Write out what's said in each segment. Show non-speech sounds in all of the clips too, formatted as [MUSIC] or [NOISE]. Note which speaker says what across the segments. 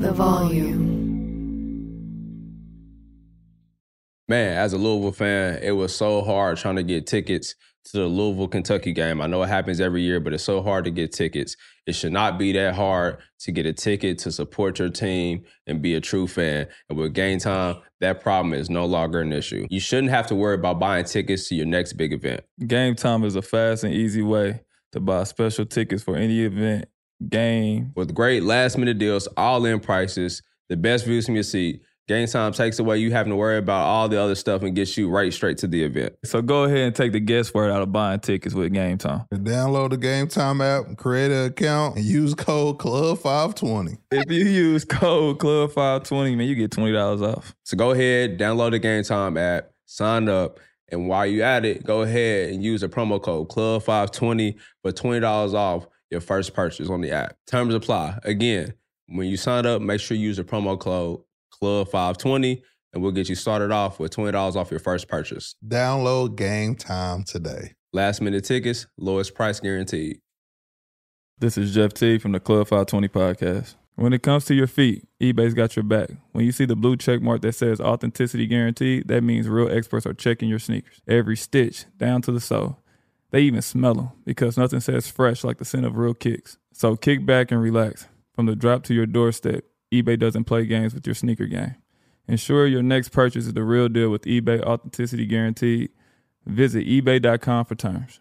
Speaker 1: the volume.
Speaker 2: Man, as a Louisville fan, it was so hard trying to get tickets to the Louisville Kentucky game. I know it happens every year, but it's so hard to get tickets. It should not be that hard to get a ticket to support your team and be a true fan. And with game time, that problem is no longer an issue. You shouldn't have to worry about buying tickets to your next big event.
Speaker 3: Game time is a fast and easy way to buy special tickets for any event, game.
Speaker 2: With great last minute deals, all in prices, the best views from your seat, game time takes away you having to worry about all the other stuff and gets you right straight to the event.
Speaker 3: So go ahead and take the guesswork out of buying tickets with game time.
Speaker 4: Download the Game Time app, create an account, and use code CLUB520.
Speaker 3: If you use code Club520, man, you get $20 off.
Speaker 2: So go ahead, download the game time app, sign up, and while you're at it, go ahead and use the promo code CLUB520 for $20 off your first purchase on the app. Terms apply. Again, when you sign up, make sure you use the promo code CLUB520 and we'll get you started off with $20 off your first purchase.
Speaker 4: Download Game Time today.
Speaker 2: Last minute tickets, lowest price guaranteed.
Speaker 3: This is Jeff T from the Club 520 podcast. When it comes to your feet, eBay's got your back. When you see the blue check mark that says authenticity guaranteed, that means real experts are checking your sneakers. Every stitch, down to the sole. They even smell them because nothing says fresh like the scent of real kicks. So kick back and relax. From the drop to your doorstep, eBay doesn't play games with your sneaker game. Ensure your next purchase is the real deal with eBay authenticity guaranteed. Visit ebay.com for terms.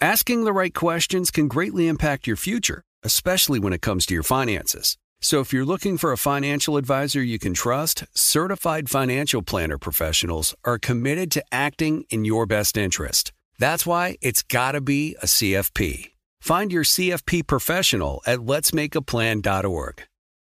Speaker 5: Asking the right questions can greatly impact your future, especially when it comes to your finances. So if you're looking for a financial advisor you can trust, certified financial planner professionals are committed to acting in your best interest. That's why it's got to be a CFP. Find your CFP professional at letsmakeaplan.org.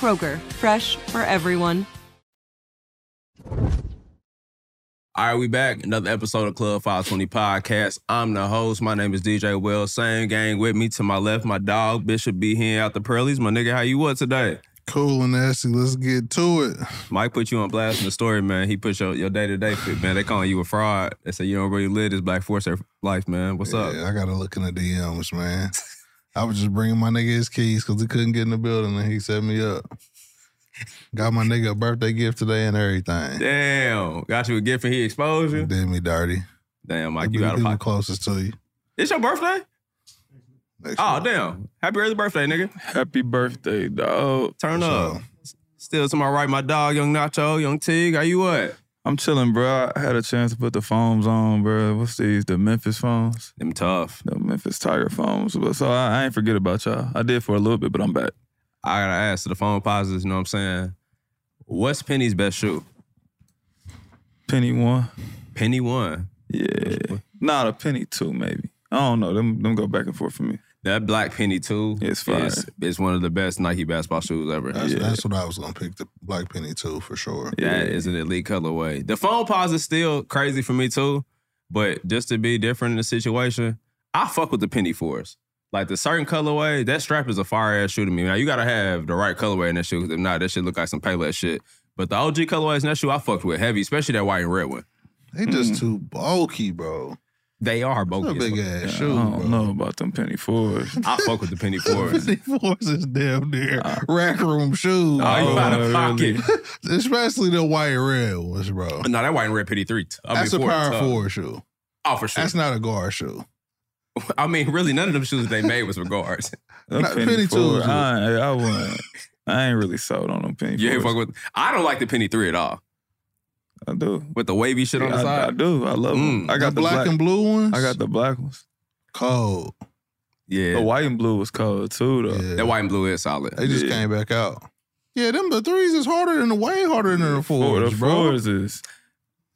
Speaker 6: Kroger, fresh for everyone.
Speaker 2: All right, we back. Another episode of Club 520 Podcast. I'm the host. My name is DJ Wells. Same gang with me. To my left, my dog, Bishop B. Hen out the Pearlies. My nigga, how you what today?
Speaker 4: Cool and nasty. Let's get to it.
Speaker 2: Mike put you on blast in the story, man. He put your, your day-to-day fit, man. They calling you a fraud. They say you don't really live this Black Force life, man. What's up?
Speaker 4: Yeah, I gotta look in the DMs, man. I was just bringing my nigga his keys because he couldn't get in the building and he set me up. Got my nigga a birthday gift today and everything.
Speaker 2: Damn. Got you a gift and he exposed you?
Speaker 4: Did me dirty.
Speaker 2: Damn, Mike,
Speaker 4: Like
Speaker 2: you out of
Speaker 4: people
Speaker 2: pocket.
Speaker 4: closest to you.
Speaker 2: It's your birthday?
Speaker 4: Next
Speaker 2: Oh,
Speaker 4: one.
Speaker 2: damn. Happy early birthday, nigga.
Speaker 3: Happy birthday, dog.
Speaker 2: Turn
Speaker 4: What's
Speaker 2: up.
Speaker 4: up?
Speaker 2: Still to my right, my dog, Young Nacho, Young Tig. How you what?
Speaker 3: I'm chilling, bro. I had a chance to put the foams on, bro. What's these? The Memphis phones?
Speaker 2: Them tough.
Speaker 3: the Memphis Tiger phones. But so I, I ain't forget about y'all. I did for a little bit, but I'm back.
Speaker 2: I gotta ask to the phone positives, you know what I'm saying? What's Penny's best shoe?
Speaker 3: Penny one,
Speaker 2: Penny one.
Speaker 3: yeah, not a penny two, maybe. I don't know. Them them go back and forth for me.
Speaker 2: That black penny too.
Speaker 3: It's fire.
Speaker 2: Is, is one of the best Nike basketball shoes ever.
Speaker 4: That's,
Speaker 2: That
Speaker 4: that's what I was gonna pick the Black Penny too for sure.
Speaker 2: is an elite colorway. The phone pause is still crazy for me too, but just to be different in the situation, I fuck with the penny fours. Like the certain colorway, that strap is a fire ass shoe to me. Now you gotta have the right colorway in that shoe. 'cause If not, that shit look like some payless shit. But the OG colorways in that shoe, I fucked with heavy, especially that white and red one.
Speaker 4: They
Speaker 2: Mm.
Speaker 4: just too bulky, bro.
Speaker 2: They are both.
Speaker 4: That's a big ass shoe,
Speaker 3: I don't
Speaker 4: [LAUGHS] bro.
Speaker 3: know about them
Speaker 2: [LAUGHS]
Speaker 3: penny fours.
Speaker 2: I fuck with the
Speaker 4: [LAUGHS]
Speaker 2: penny fours.
Speaker 4: Penny fours is damn near
Speaker 3: Uh,
Speaker 4: rack room shoes,
Speaker 2: Oh, you
Speaker 4: bro.
Speaker 2: out
Speaker 3: Oh,
Speaker 2: of pocket.
Speaker 3: really?
Speaker 2: [LAUGHS]
Speaker 4: especially the white and red ones, bro.
Speaker 2: no, that white and red penny three. I mean,
Speaker 4: That's a
Speaker 2: four is
Speaker 4: power
Speaker 2: tough.
Speaker 4: forward shoe.
Speaker 2: Oh, for sure.
Speaker 4: That's not a guard shoe.
Speaker 2: I mean, really, none of them shoes they made was
Speaker 3: [LAUGHS]
Speaker 2: regards.
Speaker 3: Them
Speaker 4: Not
Speaker 3: penny
Speaker 4: penny
Speaker 3: forward,
Speaker 4: tools.
Speaker 3: I, ain't- I wouldn't. I ain't really sold on them penny.
Speaker 2: You ain't
Speaker 3: forwards.
Speaker 2: fuck with. I don't like the penny three at all
Speaker 3: I do.
Speaker 2: with the wavy shit on the
Speaker 3: I, I
Speaker 2: side.
Speaker 3: do. I love them.
Speaker 2: Mm.
Speaker 3: I got the black.
Speaker 4: and blue ones.
Speaker 3: I got the black ones.
Speaker 4: cold.
Speaker 2: yeah,
Speaker 3: The white and blue was cold too, though.
Speaker 4: Yeah.
Speaker 2: that white and blue is solid.
Speaker 4: They just
Speaker 3: Yeah.
Speaker 4: came back out. Yeah, them the threes is harder than the way harder than the
Speaker 3: Four,
Speaker 4: fours,
Speaker 3: the
Speaker 4: bro.
Speaker 3: fours is.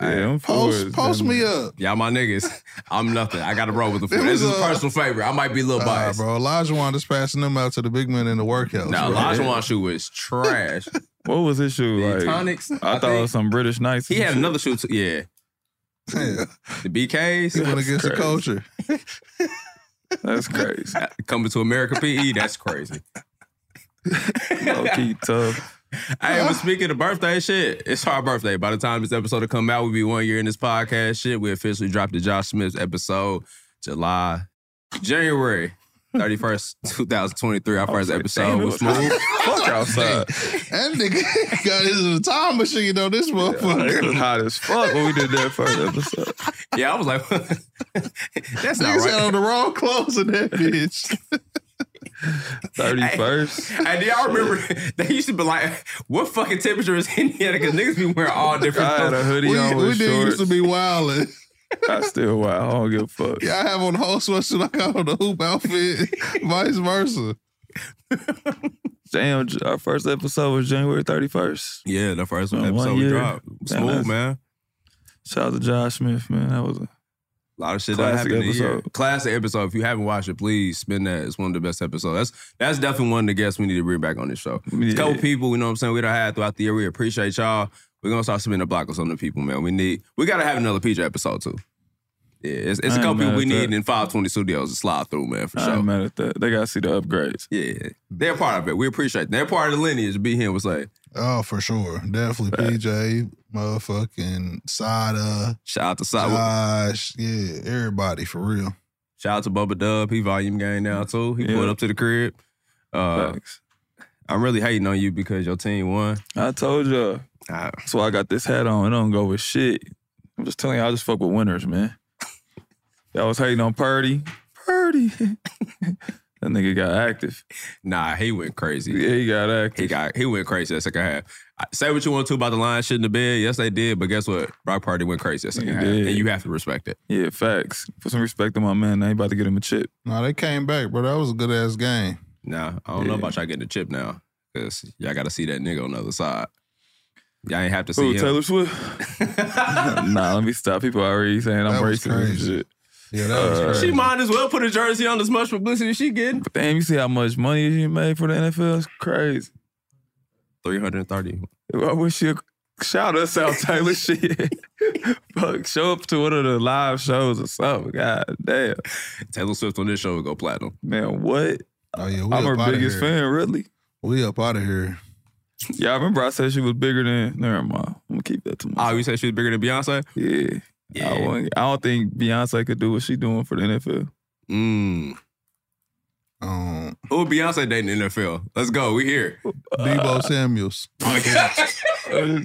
Speaker 3: Yeah,
Speaker 2: Hey,
Speaker 3: them
Speaker 4: Post
Speaker 3: fours,
Speaker 4: post
Speaker 3: them-
Speaker 4: me up.
Speaker 2: Y'all my niggas. [LAUGHS] I'm nothing. I got to roll with the four.
Speaker 4: Them
Speaker 2: This
Speaker 4: is
Speaker 2: is a
Speaker 3: uh,
Speaker 4: a-
Speaker 2: personal favorite. I might be a little
Speaker 4: Nah,
Speaker 2: biased.
Speaker 4: bro, Elijah Wan is passing them out to the big men in the workouts.
Speaker 2: Now,
Speaker 4: bro.
Speaker 2: Elijah Wan shoe is
Speaker 3: [LAUGHS]
Speaker 2: trash.
Speaker 3: What was his shoe
Speaker 2: the
Speaker 3: like?
Speaker 2: tonics.
Speaker 3: I, thought it was some British Knights.
Speaker 2: he
Speaker 3: and
Speaker 2: had
Speaker 3: shit.
Speaker 2: another shoe. Too. Yeah,
Speaker 4: [LAUGHS]
Speaker 3: [LAUGHS]
Speaker 4: Yeah,
Speaker 2: the BKs.
Speaker 4: he went against the
Speaker 3: crazy.
Speaker 4: culture.
Speaker 3: [LAUGHS] That's
Speaker 2: [LAUGHS]
Speaker 3: crazy.
Speaker 2: Coming to America PE. That's crazy.
Speaker 3: Low key tough.
Speaker 2: Hey,
Speaker 3: [LAUGHS]
Speaker 2: but speaking of birthday shit, it's our birthday. By the time this episode will come out, we'll be one year in this podcast shit. We officially dropped the Josh Smith episode July, January 31st,
Speaker 3: [LAUGHS]
Speaker 2: 2023. Our first
Speaker 3: like,
Speaker 2: episode
Speaker 3: damn, it
Speaker 2: was
Speaker 3: was
Speaker 2: smooth.
Speaker 3: Fuck outside.
Speaker 4: That nigga [LAUGHS] got his time machine though. This
Speaker 3: Like, it was
Speaker 4: motherfucker.
Speaker 3: hot as fuck when we did that
Speaker 2: [LAUGHS]
Speaker 3: first episode.
Speaker 2: Yeah, I was like, that's not
Speaker 4: Niggas had
Speaker 2: right.
Speaker 4: on the wrong clothes
Speaker 3: [LAUGHS]
Speaker 4: in that bitch.
Speaker 3: Thirty first.
Speaker 2: And do y'all remember they used to be like, what fucking temperature is Indiana? Because niggas be wearing all different
Speaker 3: [LAUGHS] I had a
Speaker 2: clothes.
Speaker 3: hoodie
Speaker 4: we
Speaker 3: on
Speaker 4: we
Speaker 3: with
Speaker 4: did
Speaker 3: shorts.
Speaker 4: used to be wilding.
Speaker 3: I still wild. I don't give a fuck.
Speaker 4: Yeah, I have on the whole sweatshirt. I got on the hoop outfit. [LAUGHS] Vice versa.
Speaker 3: Damn, our first episode was January thirty first.
Speaker 2: Yeah, the first
Speaker 3: Oh, One
Speaker 2: episode we
Speaker 3: year.
Speaker 2: dropped.
Speaker 3: Damn,
Speaker 2: Smooth,
Speaker 3: that's-
Speaker 2: man.
Speaker 3: Shout out to Josh Smith, man. That was a
Speaker 2: A lot of shit that
Speaker 3: Classic
Speaker 2: happened in the year.
Speaker 3: episode.
Speaker 2: Classic episode. If you haven't watched it, please spin that. It's one of the best episodes. That's that's definitely one of the guests we need to bring back on this show. It's a couple
Speaker 3: Yeah.
Speaker 2: people, you know what I'm saying, we don't have throughout the year. We appreciate y'all. We're gonna start spinning a block or something to people, man. We need we gotta have another PJ episode too. Yeah, it's, it's
Speaker 3: I
Speaker 2: a
Speaker 3: ain't
Speaker 2: couple people
Speaker 3: mad
Speaker 2: we
Speaker 3: at
Speaker 2: need
Speaker 3: that.
Speaker 2: in 520 Studios to slide through, man, for
Speaker 3: I
Speaker 2: sure.
Speaker 3: ain't mad at that. They gotta see the upgrades.
Speaker 2: Yeah. They're part of it. We appreciate it. They're part of the lineage, be here was like,
Speaker 4: Oh, for sure. Definitely PJ, motherfucking Sada,
Speaker 2: shout out to Side.
Speaker 4: Josh. Yeah, everybody for real.
Speaker 2: Shout out to Bubba Dub. He volume gang now too. He
Speaker 3: Yeah.
Speaker 2: pulled up to the crib. Uh,
Speaker 3: Facts.
Speaker 2: I'm really hating on you because your team won.
Speaker 3: I told y'all.
Speaker 2: I-
Speaker 3: That's why I got this hat on. It don't go with shit. I'm just telling y'all, I just fuck with winners, man. Y'all was hating on Purdy. Purdy. [LAUGHS] that nigga got active.
Speaker 2: Nah, he went crazy.
Speaker 3: Yeah, he got
Speaker 2: He
Speaker 3: active.
Speaker 2: got he went crazy that second half. I- Say what you want to about the line shit in the bed. Yes, they did. But guess what? Brock Party went crazy that second
Speaker 3: He
Speaker 2: half,
Speaker 3: did.
Speaker 2: and you have to respect it.
Speaker 3: Yeah, facts. Put some respect to my man. Now he about to get him a chip.
Speaker 4: No, they came back, bro. That was a good ass game.
Speaker 2: Nah, I don't know
Speaker 3: Yeah.
Speaker 2: about y'all getting the chip now because y'all got to see that nigga on the other side. Y'all ain't have to see
Speaker 3: Who,
Speaker 2: him.
Speaker 3: Taylor Swift?
Speaker 4: [LAUGHS]
Speaker 3: nah, let me stop. People already saying I'm
Speaker 4: That was
Speaker 3: racist and
Speaker 4: crazy.
Speaker 3: shit.
Speaker 4: Yeah, that
Speaker 3: Uh,
Speaker 4: was crazy.
Speaker 2: She might as well put a jersey on as much publicity she getting.
Speaker 3: But damn, you see how much money she made for the NFL? It's crazy.
Speaker 2: Three hundred thirty.
Speaker 3: I wish you shout us out, Taylor. [LAUGHS] Shit. Fuck, show up to one of the live shows or something. God damn.
Speaker 2: Taylor Swift on this show will go platinum.
Speaker 3: Man, what?
Speaker 4: Oh yeah,
Speaker 3: I'm
Speaker 4: we up
Speaker 3: her
Speaker 4: outta
Speaker 3: biggest
Speaker 4: here.
Speaker 3: fan, really. [LAUGHS]
Speaker 4: We up out of here.
Speaker 3: Yeah, I remember I said she was bigger than. Never mind. I'm gonna keep that to myself.
Speaker 2: Oh, you said she was bigger than Beyonce?
Speaker 3: yeah. I, wouldn't- I don't think Beyonce could do what she doing for the NFL.
Speaker 2: Mm.
Speaker 4: Um,
Speaker 2: Who Beyonce dating in the NFL? Let's go. We [LAUGHS] here.
Speaker 3: Uh,
Speaker 4: Debo Samuels.
Speaker 2: [LAUGHS]
Speaker 3: [LAUGHS]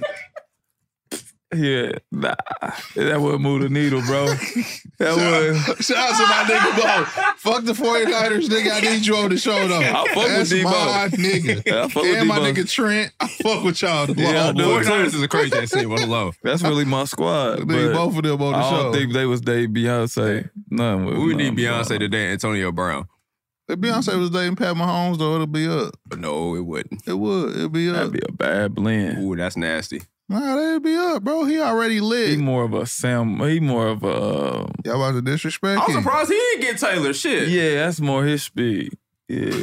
Speaker 3: yeah, nah, that would move the needle,
Speaker 4: [LAUGHS]
Speaker 3: bro. That would.
Speaker 4: Shout out to my nigga Bo. Fuck the 49ers, nigga. I need you on the show though. I
Speaker 3: fuck with
Speaker 4: That's
Speaker 3: Debo.
Speaker 4: my nigga.
Speaker 3: I fuck with
Speaker 4: and my
Speaker 3: Debo.
Speaker 4: nigga Trent. I fuck with y'all. The
Speaker 3: Yeah, I
Speaker 4: yeah,
Speaker 3: do.
Speaker 4: boys.
Speaker 2: 49ers is a crazy ass team. What a low.
Speaker 3: That's really my squad. but
Speaker 4: Nigga, both of them on the
Speaker 3: I
Speaker 4: show.
Speaker 3: don't think they was dating Beyonce. None.
Speaker 2: We
Speaker 3: would-
Speaker 2: would need
Speaker 3: none,
Speaker 2: Beyonce
Speaker 3: bro.
Speaker 2: today, Antonio Brown.
Speaker 4: If Beyonce was dating Pat Mahomes, though, it'll be up.
Speaker 2: But no, it wouldn't.
Speaker 4: It would. It'd be up.
Speaker 3: That'd be a bad blend.
Speaker 2: Ooh, that's nasty.
Speaker 4: nah, that'd be up, bro. He already
Speaker 3: He
Speaker 4: lit.
Speaker 3: more of a Sam. He more of a. um,
Speaker 4: Y'all about to disrespect
Speaker 2: I'm
Speaker 4: him.
Speaker 2: surprised he didn't get Taylor. Shit.
Speaker 3: Yeah, that's more his speed. Yeah.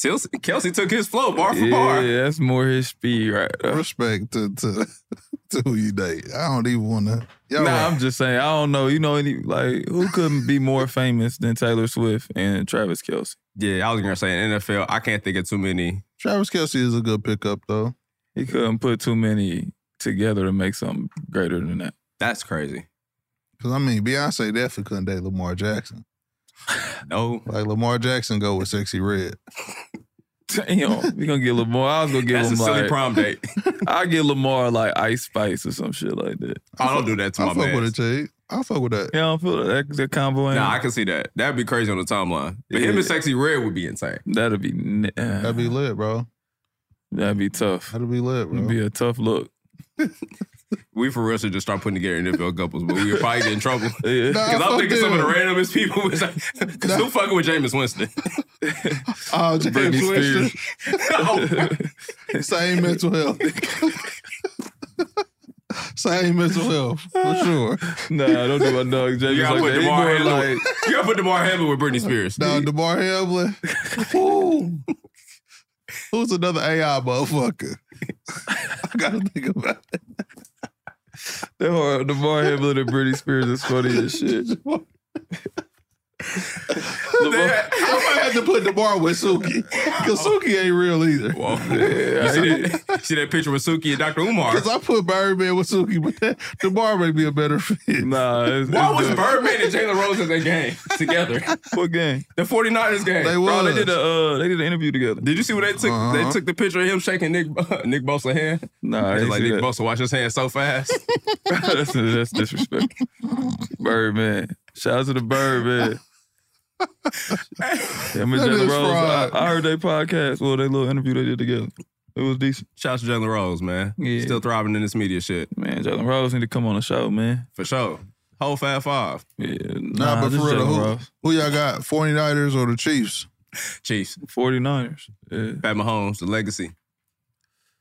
Speaker 2: Kelsey, Kelsey took his flow bar for
Speaker 3: Yeah,
Speaker 2: bar.
Speaker 3: that's more his speed right there.
Speaker 4: Respect to to, [LAUGHS] to who you date. I don't even want to. Y'all
Speaker 3: Nah,
Speaker 4: right.
Speaker 3: I'm just saying, I don't know. You know any like who couldn't be more famous than Taylor Swift and Travis Kelsey?
Speaker 2: Yeah, I was gonna say in NFL. I can't think of too many.
Speaker 4: Travis Kelsey is a good pickup, though.
Speaker 3: He couldn't put too many together to make something greater than that. [LAUGHS]
Speaker 2: That's crazy.
Speaker 4: Because, I mean, Beyonce definitely couldn't date Lamar Jackson.
Speaker 2: No.
Speaker 4: Like, Lamar Jackson go with Sexy Red.
Speaker 3: Damn, we gonna get Lamar. I was gonna give
Speaker 2: That's a
Speaker 3: him
Speaker 2: silly
Speaker 3: like
Speaker 2: prom date.
Speaker 3: I get Lamar like Ice Spice or some shit like that.
Speaker 2: [LAUGHS] I don't do that to
Speaker 4: I
Speaker 2: my
Speaker 4: fuck with
Speaker 2: man.
Speaker 4: it, Chick. I fuck with that.
Speaker 3: You don't feel that, that combo in?
Speaker 2: Nah, I can see that. That'd be crazy on the timeline. But him
Speaker 3: Yeah.
Speaker 2: and Sexy Red would be insane.
Speaker 3: That'll be n-
Speaker 4: That'd be lit, bro.
Speaker 3: that'd be tough.
Speaker 4: That'd be lit, bro.
Speaker 3: It'd be a tough look.
Speaker 2: We for real should just start putting together NFL couples, but we'd probably get in [LAUGHS] trouble.
Speaker 3: Yeah.
Speaker 4: Nah,
Speaker 2: Because I'm
Speaker 4: fuck
Speaker 2: thinking some of the
Speaker 4: them.
Speaker 2: randomest people. [LAUGHS] Was like, Cause who fucking with Jameis Winston? [LAUGHS]
Speaker 4: Oh, James
Speaker 3: Britney
Speaker 4: Winston.
Speaker 3: Spears.
Speaker 2: Oh,
Speaker 4: [LAUGHS] Same mental health. Same mental health, for sure.
Speaker 3: [LAUGHS] Nah, don't do my dog. James
Speaker 2: you gotta
Speaker 3: like
Speaker 2: put
Speaker 3: that. He
Speaker 2: DeMar
Speaker 3: more
Speaker 2: Hamlin.
Speaker 3: like
Speaker 2: [LAUGHS] you gotta put DeMar Hamlin with Britney Spears.
Speaker 3: [LAUGHS]
Speaker 4: Now, DeMar Hamlin. Woo. Who's another AI motherfucker? [LAUGHS] I gotta think about
Speaker 3: [LAUGHS]
Speaker 4: that.
Speaker 3: that more DeMar Hamlin and Britney Spears is funny as shit. DeMar,
Speaker 4: I might have to put DeMar with Suki. Because Suki ain't real either.
Speaker 2: Whoa. You see, that, you see that picture with Suki and Dr. Umar?
Speaker 4: Because I put Birdman with Suki, but that, DeMar may be a better fit.
Speaker 3: nah, it's,
Speaker 2: Why
Speaker 3: it's
Speaker 2: was
Speaker 3: dope.
Speaker 2: Birdman and Jalen Rose in that game [LAUGHS] together?
Speaker 3: What game?
Speaker 2: The 49ers game.
Speaker 4: They
Speaker 3: Bro, they
Speaker 4: was.
Speaker 3: did a uh, they did an interview together.
Speaker 2: Did you see when they took
Speaker 4: Uh-huh.
Speaker 2: they took the picture of him shaking Nick [LAUGHS] Nick Bosa's hand?
Speaker 3: Nah, I
Speaker 2: It's
Speaker 3: didn't
Speaker 2: like
Speaker 3: see
Speaker 2: Nick
Speaker 3: that.
Speaker 2: Bosa washed his hand so fast.
Speaker 3: that's, that's disrespectful. Birdman. Shout out to the Birdman. Him and
Speaker 4: That
Speaker 3: Jalen
Speaker 4: is
Speaker 3: Rose. I,
Speaker 4: fraud.
Speaker 3: I heard their podcast. Well, they little interview they did together. It was decent.
Speaker 2: Shout out to Jalen Rose, man.
Speaker 3: Yeah.
Speaker 2: Still thriving in this media shit.
Speaker 3: Man, Jalen Rose need to come on the show, man.
Speaker 2: For sure. Whole Fab Five.
Speaker 3: Yeah,
Speaker 4: Nah, but
Speaker 3: just
Speaker 4: for real,
Speaker 3: Jalen
Speaker 4: who,
Speaker 3: Rose.
Speaker 4: who y'all got? 49ers or the Chiefs?
Speaker 2: Chiefs.
Speaker 3: 49ers. Yeah.
Speaker 2: Pat Mahomes, the legacy.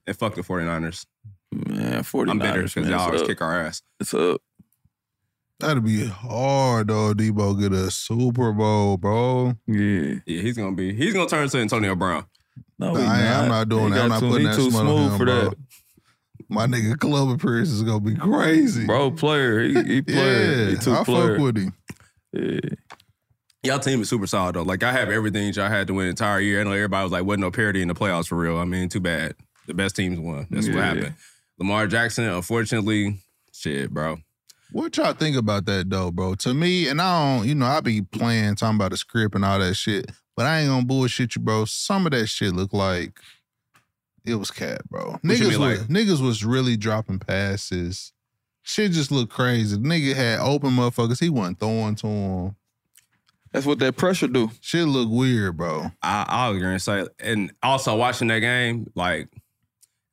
Speaker 2: And fuck the 49ers.
Speaker 3: Man, 49ers.
Speaker 2: I'm bitter because
Speaker 3: man.
Speaker 2: y'all always
Speaker 3: it's, up.
Speaker 2: kick our ass.
Speaker 3: it's up.
Speaker 4: That'd be hard, though. Debo get a Super Bowl, bro.
Speaker 3: Yeah.
Speaker 2: Yeah, he's gonna be he's gonna turn to Antonio Brown.
Speaker 3: No,
Speaker 4: Nah,
Speaker 3: we
Speaker 4: I ain't- I'm not doing
Speaker 3: They
Speaker 4: that. I'm
Speaker 3: got
Speaker 4: not putting
Speaker 3: he
Speaker 4: that
Speaker 3: too
Speaker 4: smut on
Speaker 3: smooth
Speaker 4: him,
Speaker 3: for
Speaker 4: bro.
Speaker 3: that.
Speaker 4: My nigga club appearance is gonna be crazy,
Speaker 3: Bro, player. He, he player.
Speaker 4: [LAUGHS] Yeah,
Speaker 3: he too
Speaker 4: I
Speaker 3: player.
Speaker 4: fuck with him.
Speaker 3: yeah.
Speaker 2: Y'all team is super solid though. Like I have everything y'all had to win the entire year. I know everybody was like, wasn't no parity in the playoffs for real. I mean, too bad. The best teams won. That's what
Speaker 3: Yeah.
Speaker 2: happened. Lamar Jackson, unfortunately, shit, bro.
Speaker 4: What y'all think about that though, bro? To me, and I don't, you know, I be playing, talking about the script and all that shit, but I ain't gonna bullshit you, bro. Some of that shit look like it was cat, bro.
Speaker 2: you
Speaker 4: Niggas,
Speaker 2: mean,
Speaker 4: was,
Speaker 2: like-
Speaker 4: niggas was really dropping passes. Shit just looked crazy. nigga had open motherfuckers. He wasn't throwing to him.
Speaker 3: That's what that pressure do.
Speaker 4: Shit look weird, bro.
Speaker 2: I, I was gonna say, and also watching that game, like,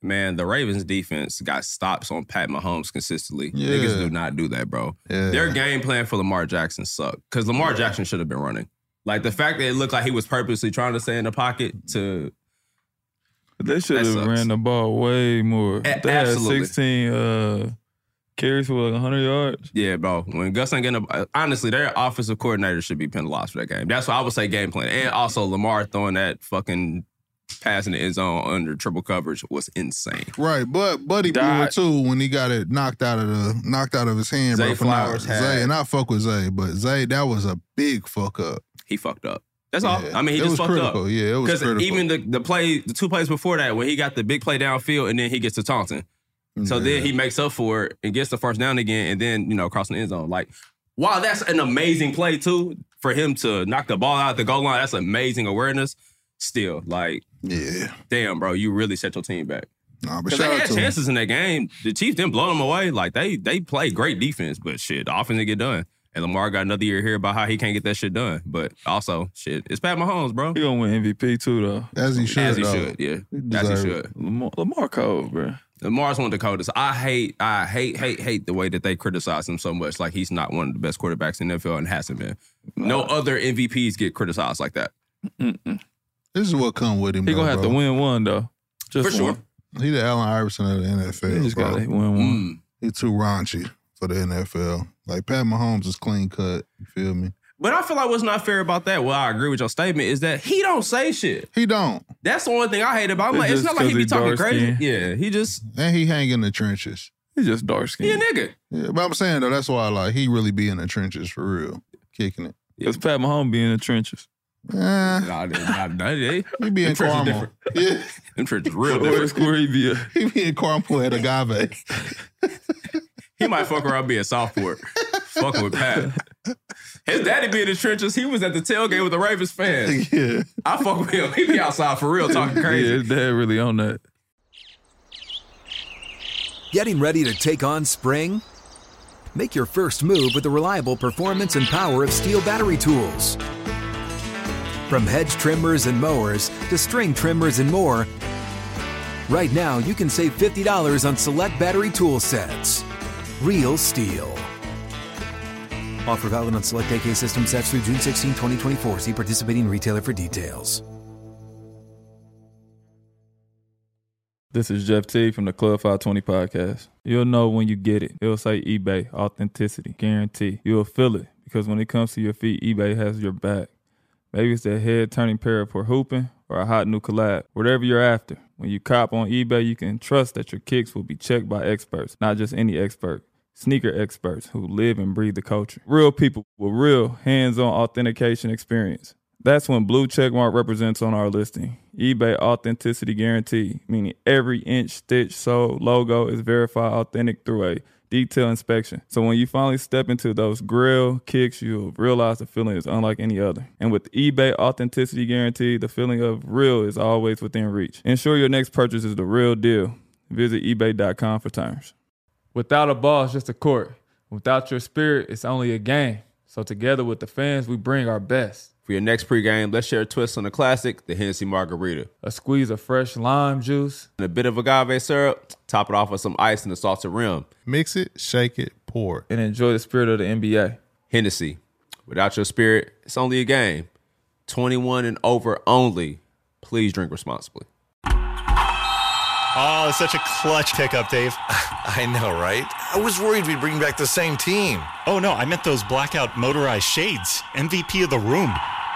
Speaker 2: man, the Ravens defense got stops on Pat Mahomes consistently.
Speaker 4: Yeah.
Speaker 2: Niggas do not do that, bro.
Speaker 4: Yeah.
Speaker 2: Their game plan for Lamar Jackson sucked because Lamar Jackson should have been running. Like the fact that it looked like he was purposely trying to stay in the pocket to
Speaker 3: They should have
Speaker 2: sucks.
Speaker 3: ran the ball way more.
Speaker 2: A-
Speaker 3: they
Speaker 2: absolutely.
Speaker 3: had 16 uh, carries for like 100 yards.
Speaker 2: yeah, bro. When Gus ain't getting up, honestly, their offensive coordinator should be penalized for that game. That's what I would say game plan. And also Lamar throwing that fucking pass in the end zone under triple coverage was insane.
Speaker 4: Right, but Buddy blew
Speaker 3: Dot.
Speaker 4: it too when he got it knocked out of the knocked out of his hand,
Speaker 2: Zay
Speaker 4: bro. for not-
Speaker 2: Flowers had-
Speaker 4: Zay, and I fuck with Zay, but Zay, that was a big fuck up.
Speaker 2: He fucked up. That's all.
Speaker 4: Yeah.
Speaker 2: I mean, he
Speaker 4: it
Speaker 2: just
Speaker 4: was
Speaker 2: fucked
Speaker 4: critical.
Speaker 2: up.
Speaker 4: Yeah, it was
Speaker 2: Because
Speaker 4: critical.
Speaker 2: even the, the play, the two plays before that, when he got the big play downfield and then he gets to Taunton. So then he makes up for it and gets the first down again, and then you know crossing the end zone. Like, wow, that's an amazing play too for him to knock the ball out the goal line. That's amazing awareness. Still, like,
Speaker 4: yeah,
Speaker 2: damn, bro, you really set your team back
Speaker 4: nah, but
Speaker 2: because they
Speaker 4: shout out
Speaker 2: had
Speaker 4: to him.
Speaker 2: chances in that game. The Chiefs didn't blow them away. Like they they played great defense, but shit, the offense didn't get done. And Lamar got another year here about how he can't get that shit done. But also, shit, it's Pat Mahomes, bro.
Speaker 3: He going to win MVP too, though.
Speaker 4: as he should.
Speaker 2: As he
Speaker 4: though.
Speaker 2: should, yeah, as he
Speaker 4: deserve
Speaker 2: should.
Speaker 3: Lamar, Lamar Cole, bro.
Speaker 2: Lamar's one of the coldest. I hate, I hate, hate, hate the way that they criticize him so much. Like he's not one of the best quarterbacks in the NFL and hasn't been. No other MVPs get criticized like that.
Speaker 4: This is what come with him.
Speaker 3: He
Speaker 4: though,
Speaker 3: going to have to
Speaker 4: bro.
Speaker 3: win one, though. Just
Speaker 2: For sure.
Speaker 3: one.
Speaker 4: He the Allen Iverson of the NFL.
Speaker 3: He just
Speaker 4: bro.
Speaker 3: got to win one.
Speaker 2: Mm.
Speaker 4: He too raunchy for the NFL. Like Pat Mahomes is clean cut. You feel me?
Speaker 2: But I feel like what's not fair about that, well, I agree with your statement, is that he don't say shit.
Speaker 4: He don't,
Speaker 2: That's the only thing I hate about him.
Speaker 3: It's
Speaker 2: Like, it's
Speaker 3: just
Speaker 2: not like he
Speaker 3: 'cause
Speaker 2: be
Speaker 3: he
Speaker 2: talking crazy.
Speaker 3: dark-skinned.
Speaker 2: Yeah, he just,
Speaker 4: and he hang in the trenches.
Speaker 3: He's just
Speaker 2: he
Speaker 3: dark
Speaker 2: a
Speaker 3: skinned.
Speaker 2: nigga.
Speaker 4: Yeah, but I'm saying though, that's why like he really be in the trenches for real, kicking it.
Speaker 3: Because Pat Mahomes be in the trenches.
Speaker 2: [LAUGHS]
Speaker 4: Eh,
Speaker 2: Nah, nah, nah, they-
Speaker 4: he be in
Speaker 2: trenches
Speaker 4: Carmel. [LAUGHS] Yeah,
Speaker 2: them shit's real
Speaker 3: Where,
Speaker 2: different.
Speaker 3: where he be at?
Speaker 4: he be in Carmel at Agave.
Speaker 2: [LAUGHS] He might fuck around be at Southport. Fucking with Pat. His daddy be in the trenches. He was at the tailgate with the Ravens fans.
Speaker 4: yeah,
Speaker 2: I fuck with him. He be outside for real talking crazy.
Speaker 3: Yeah, his dad really on that.
Speaker 5: Getting ready to take on spring? Make your first move with the reliable performance and power of steel battery tools. From hedge trimmers and mowers to string trimmers and more, right now you can save $50 on select battery tool sets. Real steel. Offer valid on select AK system sets through June 16, 2024. See participating retailer for details.
Speaker 3: This is Jeff T from the Club 520 podcast. You'll know when you get it. It'll say eBay, authenticity, guarantee. You'll feel it because when it comes to your feet, eBay has your back. Maybe it's a head turning pair for hooping or a hot new collab, whatever you're after. When you cop on eBay, you can trust that your kicks will be checked by experts, not just any expert. Sneaker experts who live and breathe the culture. Real people with real hands on authentication experience. That's when blue checkmark represents on our listing. eBay authenticity guarantee, meaning every inch, stitch, sole, logo is verified authentic through a detailed inspection. So when you finally step into those grill kicks, you'll realize the feeling is unlike any other. And with eBay authenticity guarantee, the feeling of real is always within reach. Ensure your next purchase is the real deal. Visit ebay.com for terms. Without a ball, it's just a court. Without your spirit, it's only a game. So together with the fans, we bring our best.
Speaker 2: For your next pregame, let's share a twist on the classic, the Hennessy Margarita.
Speaker 3: a squeeze of fresh lime juice.
Speaker 2: And a bit of agave syrup, top it off with some ice and a salted rim.
Speaker 4: Mix it, shake it, pour it.
Speaker 3: and enjoy the spirit of the NBA.
Speaker 2: Hennessy. Without your spirit, it's only a game. 21 and over only. Please drink responsibly.
Speaker 7: Oh, it's such a clutch pickup, Dave.
Speaker 8: [LAUGHS] I know, right? I was worried we'd bring back the same team.
Speaker 7: Oh no, I meant those blackout motorized shades. MVP of the room.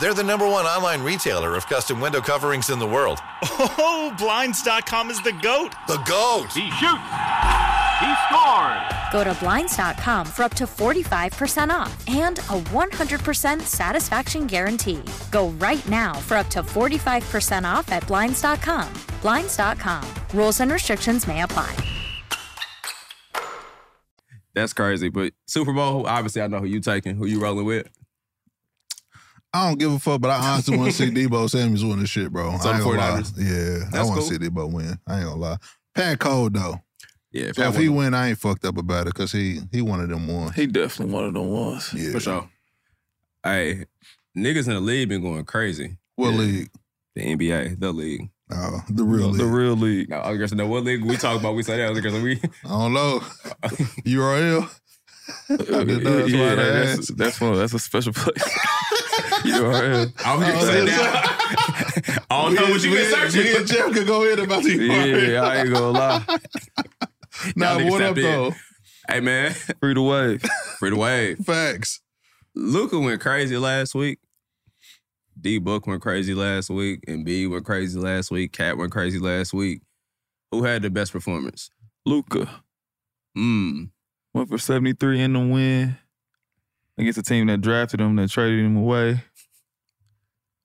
Speaker 8: They're the number one online retailer of custom window coverings in the world.
Speaker 7: Oh, blinds.com is the goat.
Speaker 8: The GOAT!
Speaker 9: He shoots. He scores.
Speaker 10: Go to Blinds.com for up to 45% off and a 100% satisfaction guarantee. Go right now for up to 45% off at Blinds.com. Blinds.com. Rules and restrictions may apply.
Speaker 2: That's crazy. But Super Bowl, obviously I know who you taking, who you rolling with.
Speaker 4: I don't give a fuck, but I honestly want to see Debo Samuels win this shit, bro.
Speaker 2: So
Speaker 4: I ain't
Speaker 2: the
Speaker 4: gonna lie.
Speaker 2: 49ers.
Speaker 4: Yeah, I
Speaker 2: That's
Speaker 4: want
Speaker 2: cool.
Speaker 4: to see Debo win. I ain't gonna lie. Pat Cole though.
Speaker 2: Yeah,
Speaker 4: So if he win, I ain't fucked up about it because he he one of them ones.
Speaker 3: He definitely one of them ones.
Speaker 4: Yeah.
Speaker 2: for sure. Hey, niggas in the league been going crazy.
Speaker 4: What
Speaker 2: Yeah.
Speaker 4: league?
Speaker 2: The NBA, the league.
Speaker 4: Oh, the real league.
Speaker 3: The real league.
Speaker 2: Now, I was gonna know what league we talk about. We say that. I was gonna say
Speaker 3: [LAUGHS]
Speaker 2: we.
Speaker 4: I don't know.
Speaker 2: [LAUGHS]
Speaker 4: [LAUGHS] URL. [LAUGHS] I didn't know
Speaker 2: [LAUGHS]
Speaker 4: that's why
Speaker 3: yeah,
Speaker 4: I
Speaker 3: that's,
Speaker 4: asked.
Speaker 3: that's one. That's a special place. [LAUGHS] URL.
Speaker 2: I was gonna
Speaker 4: Oh,
Speaker 2: say
Speaker 4: that's [LAUGHS]
Speaker 2: that. [LAUGHS] I don't know what you
Speaker 4: Me
Speaker 2: been
Speaker 4: and-
Speaker 2: searching.
Speaker 4: Me and Jeff could go in about the URL.
Speaker 3: Yeah, I ain't gonna lie.
Speaker 4: Nah,
Speaker 2: Y'all niggas
Speaker 4: what up
Speaker 2: tapped in.
Speaker 4: though?
Speaker 2: [LAUGHS] Hey man,
Speaker 3: Free to wave. [LAUGHS]
Speaker 2: free the wave.
Speaker 4: Facts.
Speaker 2: Luca went crazy last week. D Book went crazy last week. And B went crazy last week. Cat went crazy last week. Who had the best performance?
Speaker 3: Luca
Speaker 2: Mm.
Speaker 3: went for seventy three in the win against a team that drafted him, that traded him away.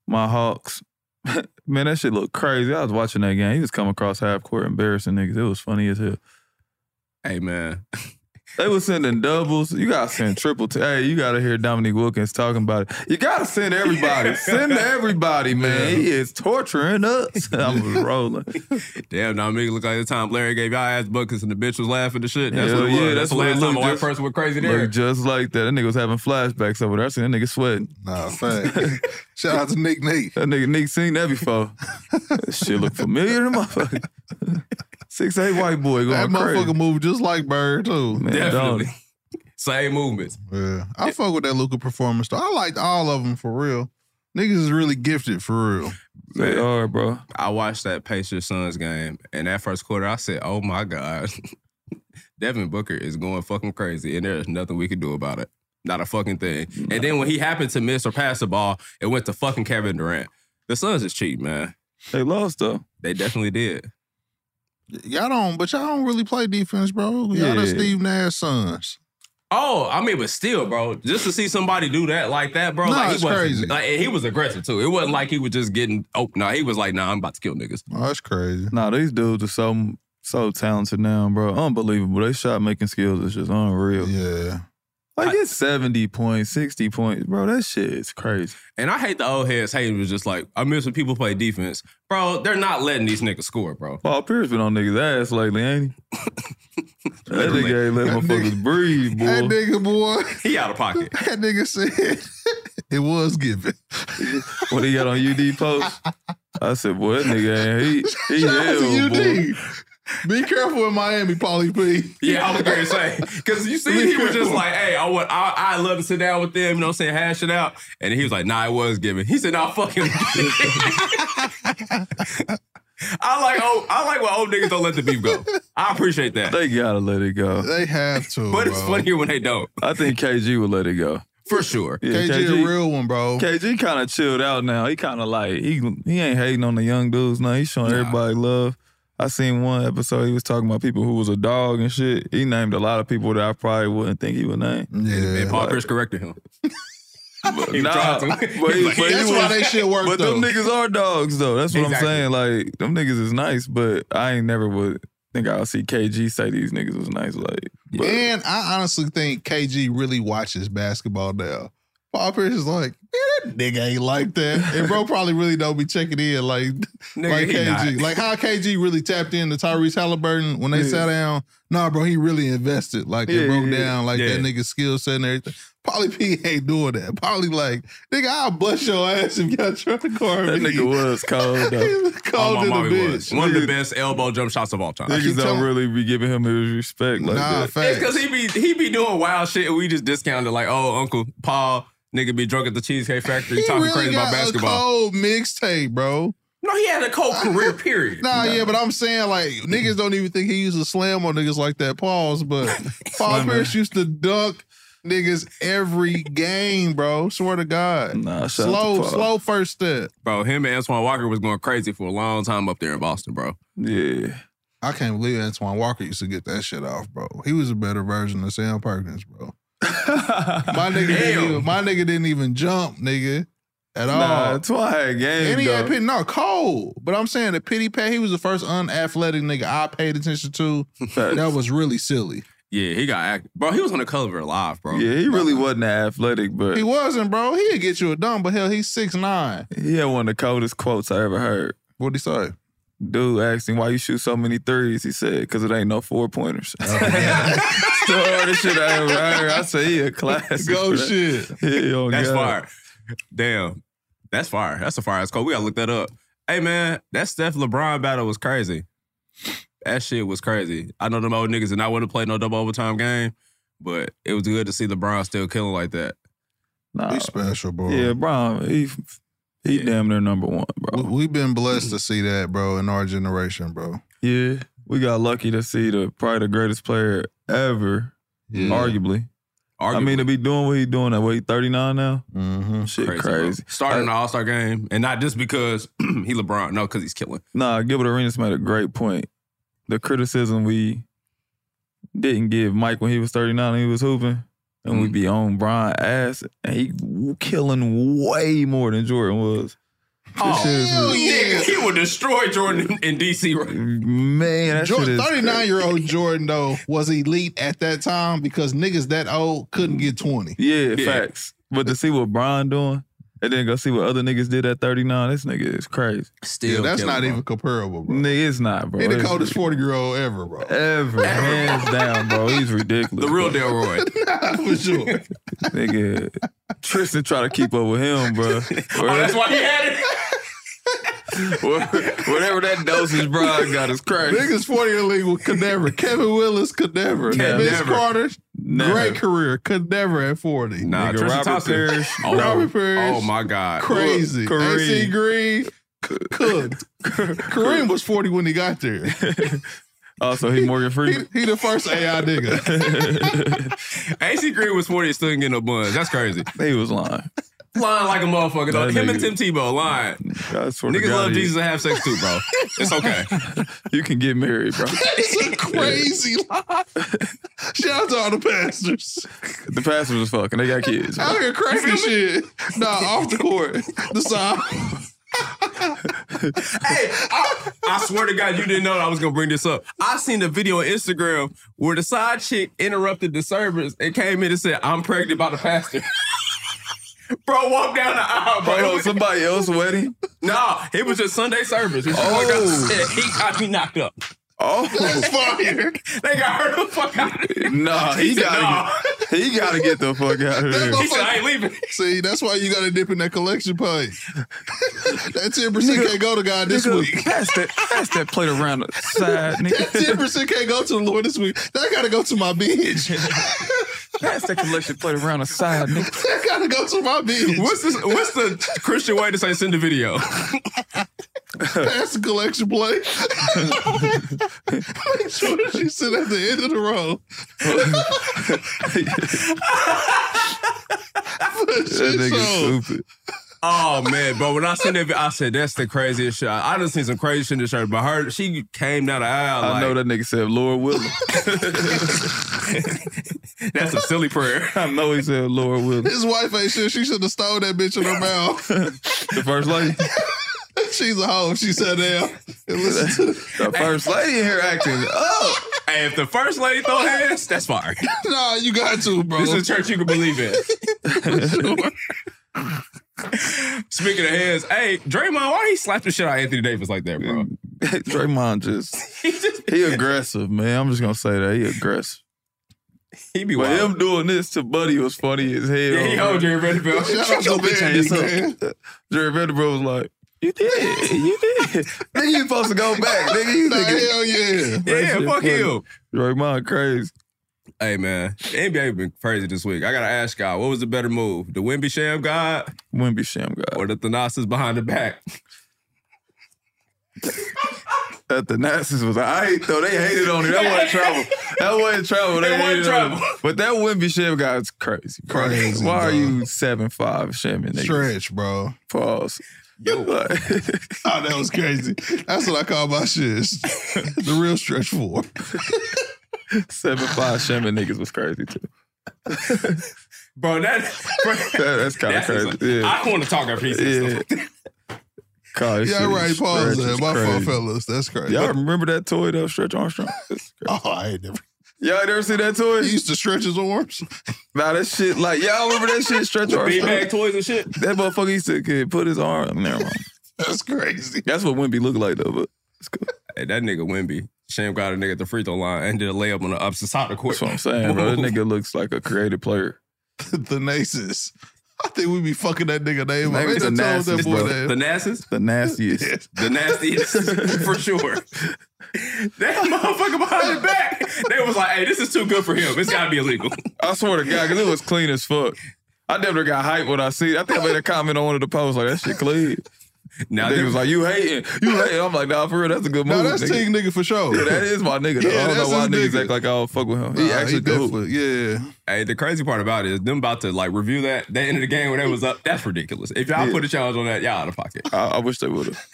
Speaker 3: My Hawks. [LAUGHS] Man, that shit looked crazy. I was watching that game. He was coming across half court, embarrassing niggas. It was funny as hell.
Speaker 2: Hey man.
Speaker 3: They was sending doubles. You gotta send triple. T- hey, you gotta hear Dominique Wilkins talking about it. You gotta send everybody.
Speaker 4: [LAUGHS]
Speaker 3: send to everybody, man. He is torturing us. [LAUGHS] I was rolling.
Speaker 2: Damn, Dominique looked like the time Larry gave y'all ass buckets and the bitch was laughing and shit. That's
Speaker 3: Hell
Speaker 2: what it was.
Speaker 3: yeah,
Speaker 2: that's,
Speaker 3: that's
Speaker 2: the
Speaker 3: what it
Speaker 2: last time a
Speaker 3: looked
Speaker 2: white
Speaker 3: just-
Speaker 2: person went crazy there.
Speaker 3: Look just like that. That nigga was having flashbacks over there. I seen that nigga sweating. [LAUGHS]
Speaker 4: Nah, facts. Shout out to Nick Nate.
Speaker 3: That nigga Nick seen that
Speaker 4: [LAUGHS]
Speaker 3: before. that shit look familiar to motherfucker. [LAUGHS] Six eight white boy going
Speaker 4: That motherfucker
Speaker 3: crazy.
Speaker 4: move just like Bird too.
Speaker 3: Man,
Speaker 2: Definitely.
Speaker 3: dog.
Speaker 2: [LAUGHS] Same movements.
Speaker 4: Yeah, I fuck with that Luca performance though. I liked all of them for real. Niggas is really gifted for real.
Speaker 3: They are, bro.
Speaker 2: I watched that Pacers Suns game, and that first quarter, I said, "Oh my god, [LAUGHS] Devin Booker is going fucking crazy, and there's nothing we can do about it. Not a fucking thing." And then when he happened to miss or pass the ball, it went to fucking Kevin Durant. The Suns is cheap, man.
Speaker 3: They lost though.
Speaker 2: They definitely did.
Speaker 4: Y'all don't, but y'all don't really play defense, bro. Y'all the
Speaker 3: Yeah.
Speaker 4: Steve Nash sons.
Speaker 2: Oh, I mean, but still, bro, just to see somebody do that like that, bro,
Speaker 4: Nah,
Speaker 2: like
Speaker 4: it's
Speaker 2: he was
Speaker 4: crazy.
Speaker 2: Like, and he was aggressive too. It wasn't like he was just getting. Oh, no, he was like, nah, I'm about to kill niggas.
Speaker 4: Oh, that's crazy.
Speaker 3: Nah, these dudes are so so talented now, bro. Unbelievable. They shot making skills is just unreal.
Speaker 4: Yeah.
Speaker 3: Like it's 70 points, 60 points. Bro, that shit is crazy.
Speaker 2: And I hate the old heads. Hayden was just like, I miss when people play defense, bro. They're not letting these niggas score, bro.
Speaker 3: Paul Pierce been on niggas' ass lately, ain't
Speaker 4: [LAUGHS]
Speaker 3: he? that nigga ain't let
Speaker 4: That
Speaker 3: motherfuckers
Speaker 4: nigga-
Speaker 3: breathe, boy.
Speaker 4: That nigga boy, [LAUGHS]
Speaker 2: He out of pocket.
Speaker 4: that nigga said [LAUGHS] it
Speaker 3: [LAUGHS]
Speaker 4: was given.
Speaker 3: When he got on UD post, I said, boy, that nigga ain't
Speaker 4: [LAUGHS]
Speaker 3: he he
Speaker 4: Shout out to
Speaker 3: hell, boy.
Speaker 4: UD. Be careful in Miami, Paulie P.
Speaker 2: [LAUGHS] Yeah, I was gonna say because you see, he was
Speaker 3: [LAUGHS]
Speaker 2: just like, "Hey, I would, I, I love to sit down with them." You know, what I'm saying hash it out, and he was like, "Nah, it was given." He said, "Nah, fucking." [LAUGHS] I like old, I like when old niggas don't let the beef go. I appreciate that,
Speaker 3: They gotta let it go.
Speaker 4: They have to.
Speaker 2: but it's
Speaker 4: bro.
Speaker 2: funnier when they don't,
Speaker 3: I think KG would let it go.
Speaker 2: for sure.
Speaker 3: Yeah,
Speaker 4: KG, a real one, bro.
Speaker 3: KG kind of chilled out now. He kind of like he he ain't hating on the young dudes now. He showing everybody love. I seen one episode he was talking about people who was a dog and shit. He named a lot of people that I probably wouldn't think he would name.
Speaker 4: yeah.
Speaker 2: And Paul Pierce corrected him. [LAUGHS]
Speaker 3: But
Speaker 2: He
Speaker 3: nah,
Speaker 2: tried to.
Speaker 3: but he-
Speaker 2: He's like,
Speaker 3: but he
Speaker 4: That's
Speaker 3: was-
Speaker 4: why they shit work
Speaker 3: But
Speaker 4: though.
Speaker 3: them niggas are dogs though. That's what
Speaker 2: Exactly.
Speaker 3: I'm saying. Like them niggas is nice, but I ain't never would think I'll see KG say these niggas was nice. Like, but
Speaker 4: and I honestly think KG really watches basketball now. Paul Pierce is like, man, that nigga ain't like that. And bro probably really don't be checking in like,
Speaker 2: [LAUGHS] Nigga,
Speaker 4: like
Speaker 2: he
Speaker 4: KG.
Speaker 2: not.
Speaker 4: Like how KG really tapped into Tyrese Halliburton when they
Speaker 3: Yeah.
Speaker 4: sat down. Nah, bro, he really invested. Like
Speaker 3: Yeah,
Speaker 4: it broke
Speaker 3: yeah,
Speaker 4: down like
Speaker 2: yeah.
Speaker 4: that nigga's skill set and everything. Polly P ain't doing that. Polly like, nigga, I'll bust your ass if y'all try to
Speaker 3: [LAUGHS]
Speaker 4: guard
Speaker 3: that
Speaker 4: me.
Speaker 3: nigga
Speaker 4: [LAUGHS]
Speaker 3: was cold though.
Speaker 4: He was
Speaker 2: Oh,
Speaker 4: cold
Speaker 2: my
Speaker 4: in
Speaker 2: mom,
Speaker 4: the
Speaker 2: he
Speaker 4: bitch.
Speaker 2: was. One of the
Speaker 3: Nigga-
Speaker 2: best elbow jump shots of all time.
Speaker 4: keep
Speaker 3: Niggas don't
Speaker 4: telling-
Speaker 3: really be giving him his respect like
Speaker 4: nah,
Speaker 3: that.
Speaker 2: It's
Speaker 4: facts.
Speaker 2: because he be he be doing wild shit, and we just discounted like, oh, Uncle Paul, nigga, be drunk at the Cheesecake Factory,
Speaker 4: [LAUGHS] He
Speaker 2: talking
Speaker 4: really
Speaker 2: crazy
Speaker 4: got
Speaker 2: about basketball.
Speaker 4: a cold mixtape, bro.
Speaker 2: no, he had a cold
Speaker 4: [LAUGHS]
Speaker 2: career period.
Speaker 4: Nah, yeah, but I'm saying like niggas don't even think he used to slam on niggas like that. Pause,
Speaker 3: [LAUGHS]
Speaker 4: but Paul
Speaker 3: Slammer.
Speaker 4: Pierce used to dunk niggas every game, bro. Swear to God.
Speaker 3: Nah, shout out
Speaker 4: slow,
Speaker 3: to Paul.
Speaker 4: slow first step.
Speaker 2: Bro, him and Antoine Walker was going crazy for a long time up there in Boston, bro.
Speaker 3: Yeah.
Speaker 4: I can't believe Antoine Walker used to get that shit off, bro. He was a better version of Sam Perkins, bro. [LAUGHS]
Speaker 3: [LAUGHS]
Speaker 4: My nigga, didn't
Speaker 2: Damn.
Speaker 4: even, my nigga didn't even jump, nigga, at
Speaker 3: Nah,
Speaker 4: all.
Speaker 3: Twan had game.
Speaker 4: And he had
Speaker 3: though.
Speaker 4: pity, no cold. But I'm saying the pity pat. He was the first unathletic nigga I paid attention to.
Speaker 3: Facts.
Speaker 4: that was really silly.
Speaker 2: Yeah, he got act. Bro, he was on the cover live, bro.
Speaker 3: Yeah, he really wasn't that athletic, but
Speaker 4: He
Speaker 3: he,
Speaker 4: wasn't, bro. He'd get you a dunk, but hell, he's six nine.
Speaker 3: had one of the coldest quotes I ever heard.
Speaker 4: What'd he say?
Speaker 3: Dude asked him why you shoot so many threes. He said, "Cause it ain't no four pointers."
Speaker 4: Oh,
Speaker 3: [LAUGHS]
Speaker 4: [LAUGHS]
Speaker 3: It's the hardest shit I ever heard. I said he a [LAUGHS] classic.
Speaker 4: Go
Speaker 3: bro.
Speaker 4: shit.
Speaker 3: Yeah, oh
Speaker 2: That's
Speaker 3: God.
Speaker 2: fire. Damn. That's fire. That's a fire ass call. We gotta look that up. Hey man, that Steph LeBron battle was crazy. That shit was crazy. I know them old niggas did not want to play no double overtime game, but it was good to see LeBron still killing like that.
Speaker 3: Nah.
Speaker 4: He's special, bro.
Speaker 3: Uh, Yeah, Brown. He he
Speaker 2: Yeah.
Speaker 3: damn near number one,
Speaker 4: We-
Speaker 3: bro.
Speaker 4: We've been blessed to see that, bro, in our generation, bro.
Speaker 3: Yeah, we got lucky to see the probably the greatest player ever, arguably.
Speaker 2: Arguably.
Speaker 3: I mean, to be doing what he doing at what he thirty nine now.
Speaker 4: Mm-hmm.
Speaker 3: Shit, crazy. Uh,
Speaker 2: bro. Starting the All Star game, and not just because [CLEARS THROAT] he LeBron, no, because he's killing.
Speaker 3: Nah, Gilbert Arenas made a great point. The criticism we didn't give Mike when he was 39 and he was hooping, and we
Speaker 2: Mm.
Speaker 3: be on Brian ass, and he w- killing way more than Jordan was.
Speaker 2: Oh,
Speaker 4: hell
Speaker 2: nigga,
Speaker 4: yeah.
Speaker 2: he would destroy Jordan in, in DC. Right?
Speaker 3: Man, that shit
Speaker 4: Jordan,
Speaker 3: is
Speaker 4: 39 year old Jordan, though, was elite at that time because niggas that old couldn't get 20.
Speaker 3: Yeah,
Speaker 2: Yeah.
Speaker 3: facts. But to see what Brian doing, and then go see what other niggas did at 39, this nigga is crazy.
Speaker 2: Still,
Speaker 4: Yeah, that's
Speaker 2: killing,
Speaker 4: not
Speaker 2: bro.
Speaker 4: even comparable, bro.
Speaker 3: Nigga, it's not, bro.
Speaker 4: He the
Speaker 3: It's
Speaker 4: coldest 40 year old ever, bro. [LAUGHS]
Speaker 3: Ever, hands down, bro. [LAUGHS] He's ridiculous.
Speaker 2: the real
Speaker 3: bro.
Speaker 2: Delroy.
Speaker 3: [LAUGHS]
Speaker 4: For sure.
Speaker 3: nigga. Tristan try to keep up with him, bro.
Speaker 2: oh, that's why he had it.
Speaker 3: [LAUGHS] Whatever that dosage Brian got is crazy.
Speaker 4: Niggas 40 in the league with Cadaver. Kevin Willis, Cadaver.
Speaker 3: Yeah,
Speaker 4: Vince
Speaker 2: never.
Speaker 4: Carter,
Speaker 3: Never.
Speaker 4: great career. Cadaver at 40.
Speaker 2: Nah,
Speaker 3: Nigga,
Speaker 2: Tristan
Speaker 3: Robert
Speaker 2: Thompson.
Speaker 3: Parrish,
Speaker 2: Oh,
Speaker 4: Robert Parrish.
Speaker 2: Oh my God.
Speaker 4: Crazy.
Speaker 3: Look, Kareem.
Speaker 4: AC Green c-
Speaker 2: [LAUGHS]
Speaker 4: cooked. Kareem was 40 when he got there.
Speaker 3: Also, he Morgan
Speaker 4: He,
Speaker 3: Freeman.
Speaker 4: he the first AI nigga.
Speaker 2: [LAUGHS] AC Green was 40 and still didn't get no buns. That's crazy.
Speaker 3: He was lying.
Speaker 2: lying like a motherfucker, though.
Speaker 3: That
Speaker 2: Him and
Speaker 3: nigga-
Speaker 2: Tim Tebow lying. Niggas
Speaker 3: God,
Speaker 2: love
Speaker 3: he-
Speaker 2: Jesus and have sex too, bro. It's okay.
Speaker 3: [LAUGHS] You can get married, bro.
Speaker 4: It's a crazy lie. Shout out to all the pastors.
Speaker 3: The pastor was fucking. They got kids. [LAUGHS] bro.
Speaker 4: Out here crazy shit. Nah, off the court. The song.
Speaker 2: hey, I, I swear to God, you didn't know that I was gonna bring this up. I seen a video on Instagram where the side chick interrupted the service and came in and said, "I'm pregnant by the pastor." [LAUGHS] bro, walk down the aisle, bro.
Speaker 3: Wait, on somebody else wedding?
Speaker 2: Nah, it was just Sunday service. She oh. got said, he got me knocked up.
Speaker 3: Oh [LAUGHS]
Speaker 4: That's fire.
Speaker 2: They got her the fuck out. Of here.
Speaker 3: no, he
Speaker 2: [LAUGHS] He said,
Speaker 3: gotta get, he gotta get the fuck out of here.
Speaker 2: He said, "I ain't leaving."
Speaker 4: See, that's why you got to dip in that collection plate. that 10% can't go to God this [LAUGHS] week.
Speaker 3: Pass that, pass that plate around the side,
Speaker 4: Ten
Speaker 3: nigga.
Speaker 4: percent can't go to the Lord this week. That gotta go to my bitch.
Speaker 3: pass that collection plate around the side, nigga.
Speaker 4: That gotta go to my bitch.
Speaker 2: What's this? What's the Christian way to say send a video?
Speaker 4: [LAUGHS] Pass the collection plate. Make sure that she sit at the end of the row. [LAUGHS] Put
Speaker 3: That
Speaker 4: shit on.
Speaker 3: nigga stupid.
Speaker 2: Oh man, bro! When I seen that, video, I said that's the craziest shit. I done seen some crazy shit in the church, but her, she came down the aisle.
Speaker 3: I
Speaker 2: like,
Speaker 3: know that nigga said Lord willing.
Speaker 2: [LAUGHS] That's a silly prayer.
Speaker 3: [LAUGHS] I know he said Lord willing.
Speaker 4: His wife ain't sure she should have stole that bitch in her mouth. [LAUGHS]
Speaker 3: The first lady,
Speaker 4: She's a hoe. She sat down and listened to [LAUGHS]
Speaker 3: the first lady in here acting.
Speaker 2: Oh, hey, if the first lady throw hands, that's fire.
Speaker 4: Nah, you got to, bro.
Speaker 2: This is a church you can believe in. [LAUGHS] Speaking of hands, hey Draymond, why he slapped the shit out of Anthony Davis like that, bro?
Speaker 3: [LAUGHS] Mm. Draymond just
Speaker 2: He just
Speaker 3: he aggressive, man. I'm just gonna say that he aggressive.
Speaker 2: he be
Speaker 3: But
Speaker 2: wild.
Speaker 3: him doing this to Buddy was funny as hell.
Speaker 2: Yeah, he hold Jerry Vanderbilt.
Speaker 4: Shout out to Vandy,
Speaker 3: ass up.
Speaker 4: man.
Speaker 3: Jerry Vanderbilt was like, "You did, you did, nigga. You supposed to go back, nigga. You
Speaker 4: Nah,
Speaker 3: nigga.
Speaker 4: hell yeah.
Speaker 2: Yeah,
Speaker 3: That shit
Speaker 2: fuck
Speaker 3: funny.
Speaker 2: you.
Speaker 3: Draymond crazy.
Speaker 2: Hey man, NBA been crazy this week. I gotta ask y'all, what was the better move, the Wimby Sham God
Speaker 3: Wouldn't be sham guy.
Speaker 2: or the Thanasis behind the back?
Speaker 3: That the Nazis was I ain't though. They hated on it. That wasn't trouble. That wasn't trouble. They
Speaker 2: That wasn't
Speaker 3: hated on
Speaker 2: trouble.
Speaker 3: it. But that wouldn't be sham guy. It's crazy. bro.
Speaker 4: Crazy,
Speaker 3: Why are
Speaker 4: bro.
Speaker 3: you seven five shamming niggas?
Speaker 4: Stretch, bro.
Speaker 3: Pause. [LAUGHS] Like-
Speaker 4: Oh, that was crazy. That's what I call my shit. the real stretch four.
Speaker 3: [LAUGHS] Seven five shaman niggas was crazy too.
Speaker 2: Bro, that, bro,
Speaker 3: That- that's kind
Speaker 2: that's
Speaker 3: of crazy.
Speaker 2: insane.
Speaker 3: yeah,
Speaker 2: I want to talk after he said
Speaker 3: yeah.
Speaker 2: stuff.
Speaker 3: God,
Speaker 4: Yeah, right. Pause that. My fault,
Speaker 3: phone
Speaker 4: fellas. That's crazy.
Speaker 3: Y'all remember that toy though, Stretch
Speaker 4: [LAUGHS]
Speaker 3: Armstrong? That's crazy.
Speaker 4: Oh, I ain't never.
Speaker 3: Y'all ain't ever see that toy?
Speaker 4: He used to stretch his arms.
Speaker 3: Nah, that shit like y'all remember that shit, Stretch Armstrong.
Speaker 2: Beanbag toys and shit.
Speaker 3: That motherfucker used to could put his arm. Never mind.
Speaker 4: That's crazy.
Speaker 3: That's what Wimpy looked like though, but it's cool.
Speaker 2: Hey, that nigga Wimby. Sham got a nigga at the free throw line and did a layup on the opposite side of the court.
Speaker 3: That's what I'm saying, bro. That nigga looks like a creative player.
Speaker 4: [LAUGHS] the Naces. I think we be fucking that nigga name. up.
Speaker 3: Maybe
Speaker 4: Ain't
Speaker 3: the
Speaker 4: I told
Speaker 3: Naces,
Speaker 4: that boy
Speaker 3: bro.
Speaker 4: that.
Speaker 2: The Nassus?
Speaker 3: The
Speaker 4: [LAUGHS]
Speaker 3: nastiest.
Speaker 2: The nastiest, [LAUGHS] for sure. That motherfucker behind the back. They was like, hey, this is too good for him. It's gotta be
Speaker 3: [LAUGHS]
Speaker 2: illegal.
Speaker 3: I swear to God, because it was clean as fuck. I never got hyped when I see it. I think I made a comment on one of the posts like that shit clean.
Speaker 2: Now
Speaker 3: Niggas
Speaker 2: there-
Speaker 3: was like, you hating, you hating. I'm like, nah, for real, that's a good move.
Speaker 4: No, that's
Speaker 3: nigga.
Speaker 4: Ting nigga for sure.
Speaker 3: Yeah, [LAUGHS] that is my nigga. though.
Speaker 4: Yeah,
Speaker 3: I don't know
Speaker 4: that's
Speaker 3: why
Speaker 4: his
Speaker 3: niggas
Speaker 4: nigga.
Speaker 3: act like I don't fuck with him.
Speaker 4: Nah,
Speaker 3: He actually the hoop.
Speaker 4: definitely- Yeah.
Speaker 2: Hey, the crazy part about it is them about to like review that the end of the game when they was up. That's ridiculous. If y'all
Speaker 3: Yeah.
Speaker 2: put a challenge on that, y'all out of pocket.
Speaker 3: I, I wish they would have.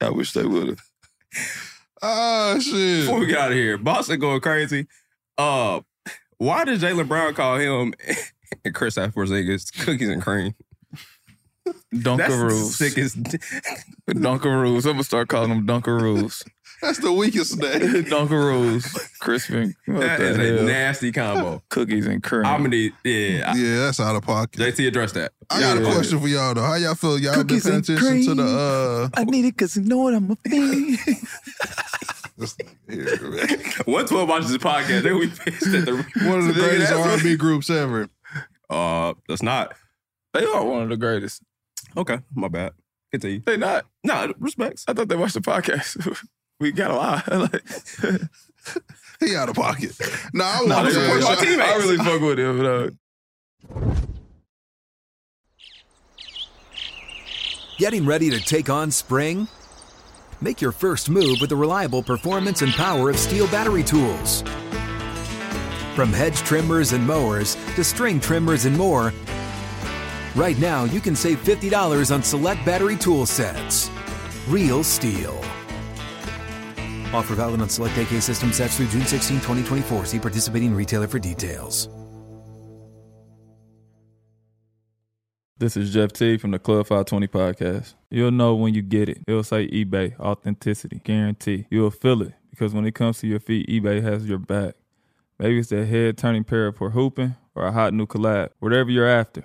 Speaker 3: I wish they would have.
Speaker 4: Oh, shit.
Speaker 2: Before we get out of here, Boston going crazy. Uh, why did Jalen Brown call him [LAUGHS] and Chris Porzingis cookies and cream? That's the
Speaker 3: Dunkaroos.
Speaker 2: sickest. [LAUGHS]
Speaker 3: Dunkaroos. I'm gonna start calling them Dunkaroos.
Speaker 4: That's the weakest name.
Speaker 3: [LAUGHS] Dunkaroos. Crispin. What
Speaker 2: That
Speaker 3: the
Speaker 2: is a
Speaker 3: hell?
Speaker 2: nasty combo.
Speaker 3: Cookies and cream.
Speaker 2: I'm gonna need. Yeah, I-
Speaker 4: Yeah, that's out of pocket.
Speaker 2: JT addressed that.
Speaker 4: I got a question for y'all though. How y'all feel? Y'all
Speaker 3: Cookies
Speaker 4: been
Speaker 3: and
Speaker 4: paying attention to
Speaker 3: cream.
Speaker 4: the uh
Speaker 3: I need it because you know what I'm a fan.
Speaker 4: this- here, man.
Speaker 2: One twelve watches the podcast. Then we [LAUGHS] pissed at the.
Speaker 4: [LAUGHS] one of the
Speaker 3: Nigga, [LAUGHS]
Speaker 4: greatest
Speaker 3: that's-
Speaker 4: R and B groups ever.
Speaker 2: Uh, that's not
Speaker 3: they are one of the greatest.
Speaker 2: okay. My bad. Continue.
Speaker 3: They not.
Speaker 2: Nah, respects.
Speaker 3: I thought they watched the podcast. [LAUGHS] we got a lot. [LAUGHS] like,
Speaker 4: He out of pocket. No, I
Speaker 3: [LAUGHS]
Speaker 4: was
Speaker 3: Nah,
Speaker 2: this
Speaker 3: they-
Speaker 2: is what my
Speaker 4: yeah,
Speaker 2: teammates.
Speaker 3: I really fuck with him, though.
Speaker 5: Getting ready to take on spring? Make your first move with the reliable performance and power of steel battery tools. From hedge trimmers and mowers to string trimmers and more, Right now, you can save $50 on select battery tool sets. Real steel. Offer valid on select AK system sets through June 16, 2024. See participating retailer for details.
Speaker 11: This is Jeff T from the Club 520 podcast. You'll know when you get it. It'll say eBay, authenticity, guarantee. You'll feel it because when it comes to your feet, eBay has your back. Maybe it's that head turning pair for hooping or a hot new collab. Whatever you're after,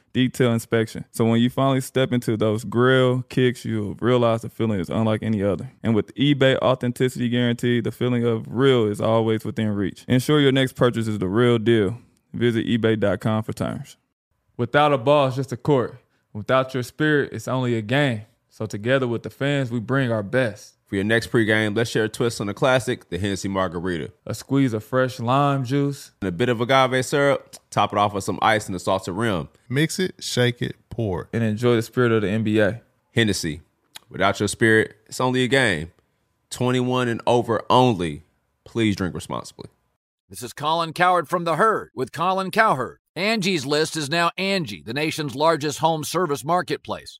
Speaker 11: detailed inspection. So when you finally step into those grill kicks, you'll realize the feeling is unlike any other. And with eBay authenticity guarantee, the feeling of real is always within reach. Ensure your next purchase is the real deal. Visit eBay.com for terms. Without a ball, it's just a court. Without your spirit, it's only a game. So together with the fans, we bring our best.
Speaker 2: For your next pregame, let's share a twist on the classic, the Hennessy Margarita.
Speaker 11: A squeeze of fresh lime juice.
Speaker 2: And a bit of agave syrup. Top it off with some ice and a salted rim.
Speaker 4: Mix it, shake it, pour.
Speaker 11: And enjoy the spirit of the NBA.
Speaker 2: Hennessy. Without your spirit, it's only a game. 21 and over only. Please drink responsibly.
Speaker 8: This is Colin Cowherd from The Herd with Colin Cowherd. Angie's List is now Angie, the nation's largest home service marketplace.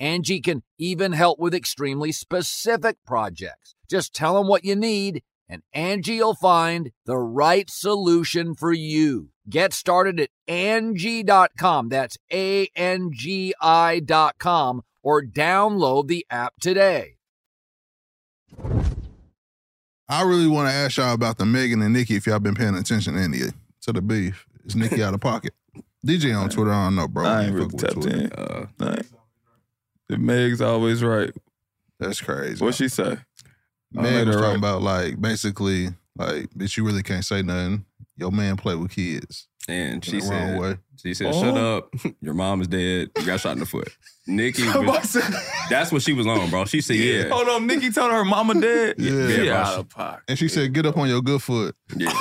Speaker 8: Angie can even help with extremely specific projects. Just tell them what you need and Angie will find the right solution for you. Get started at Angie.com. That's A-N-G-I dot com or download the app today.
Speaker 4: I really want to ask y'all about the Megan and Nikki if y'all been paying attention to any to the beef. Is Nikki out of pocket? DJ on Twitter, I don't know, bro.
Speaker 3: I ain't really tapped in. Uh, the Meg's always right.
Speaker 4: That's crazy.
Speaker 3: What she say?
Speaker 4: Meg was talking right. about like basically like bitch, you really can't say nothing. Your man play with kids.
Speaker 2: And she said, way. she said, shut oh. up. [LAUGHS] Your mom is dead. You got shot in the [LAUGHS] foot. Nikki, was, that's what she was on, bro. She said, yeah.
Speaker 3: Hold on, Nikki told her mama dead.
Speaker 4: yeah,
Speaker 3: yeah,
Speaker 4: yeah out of pocket. And she yeah. said, get up on your good foot.
Speaker 2: Yeah,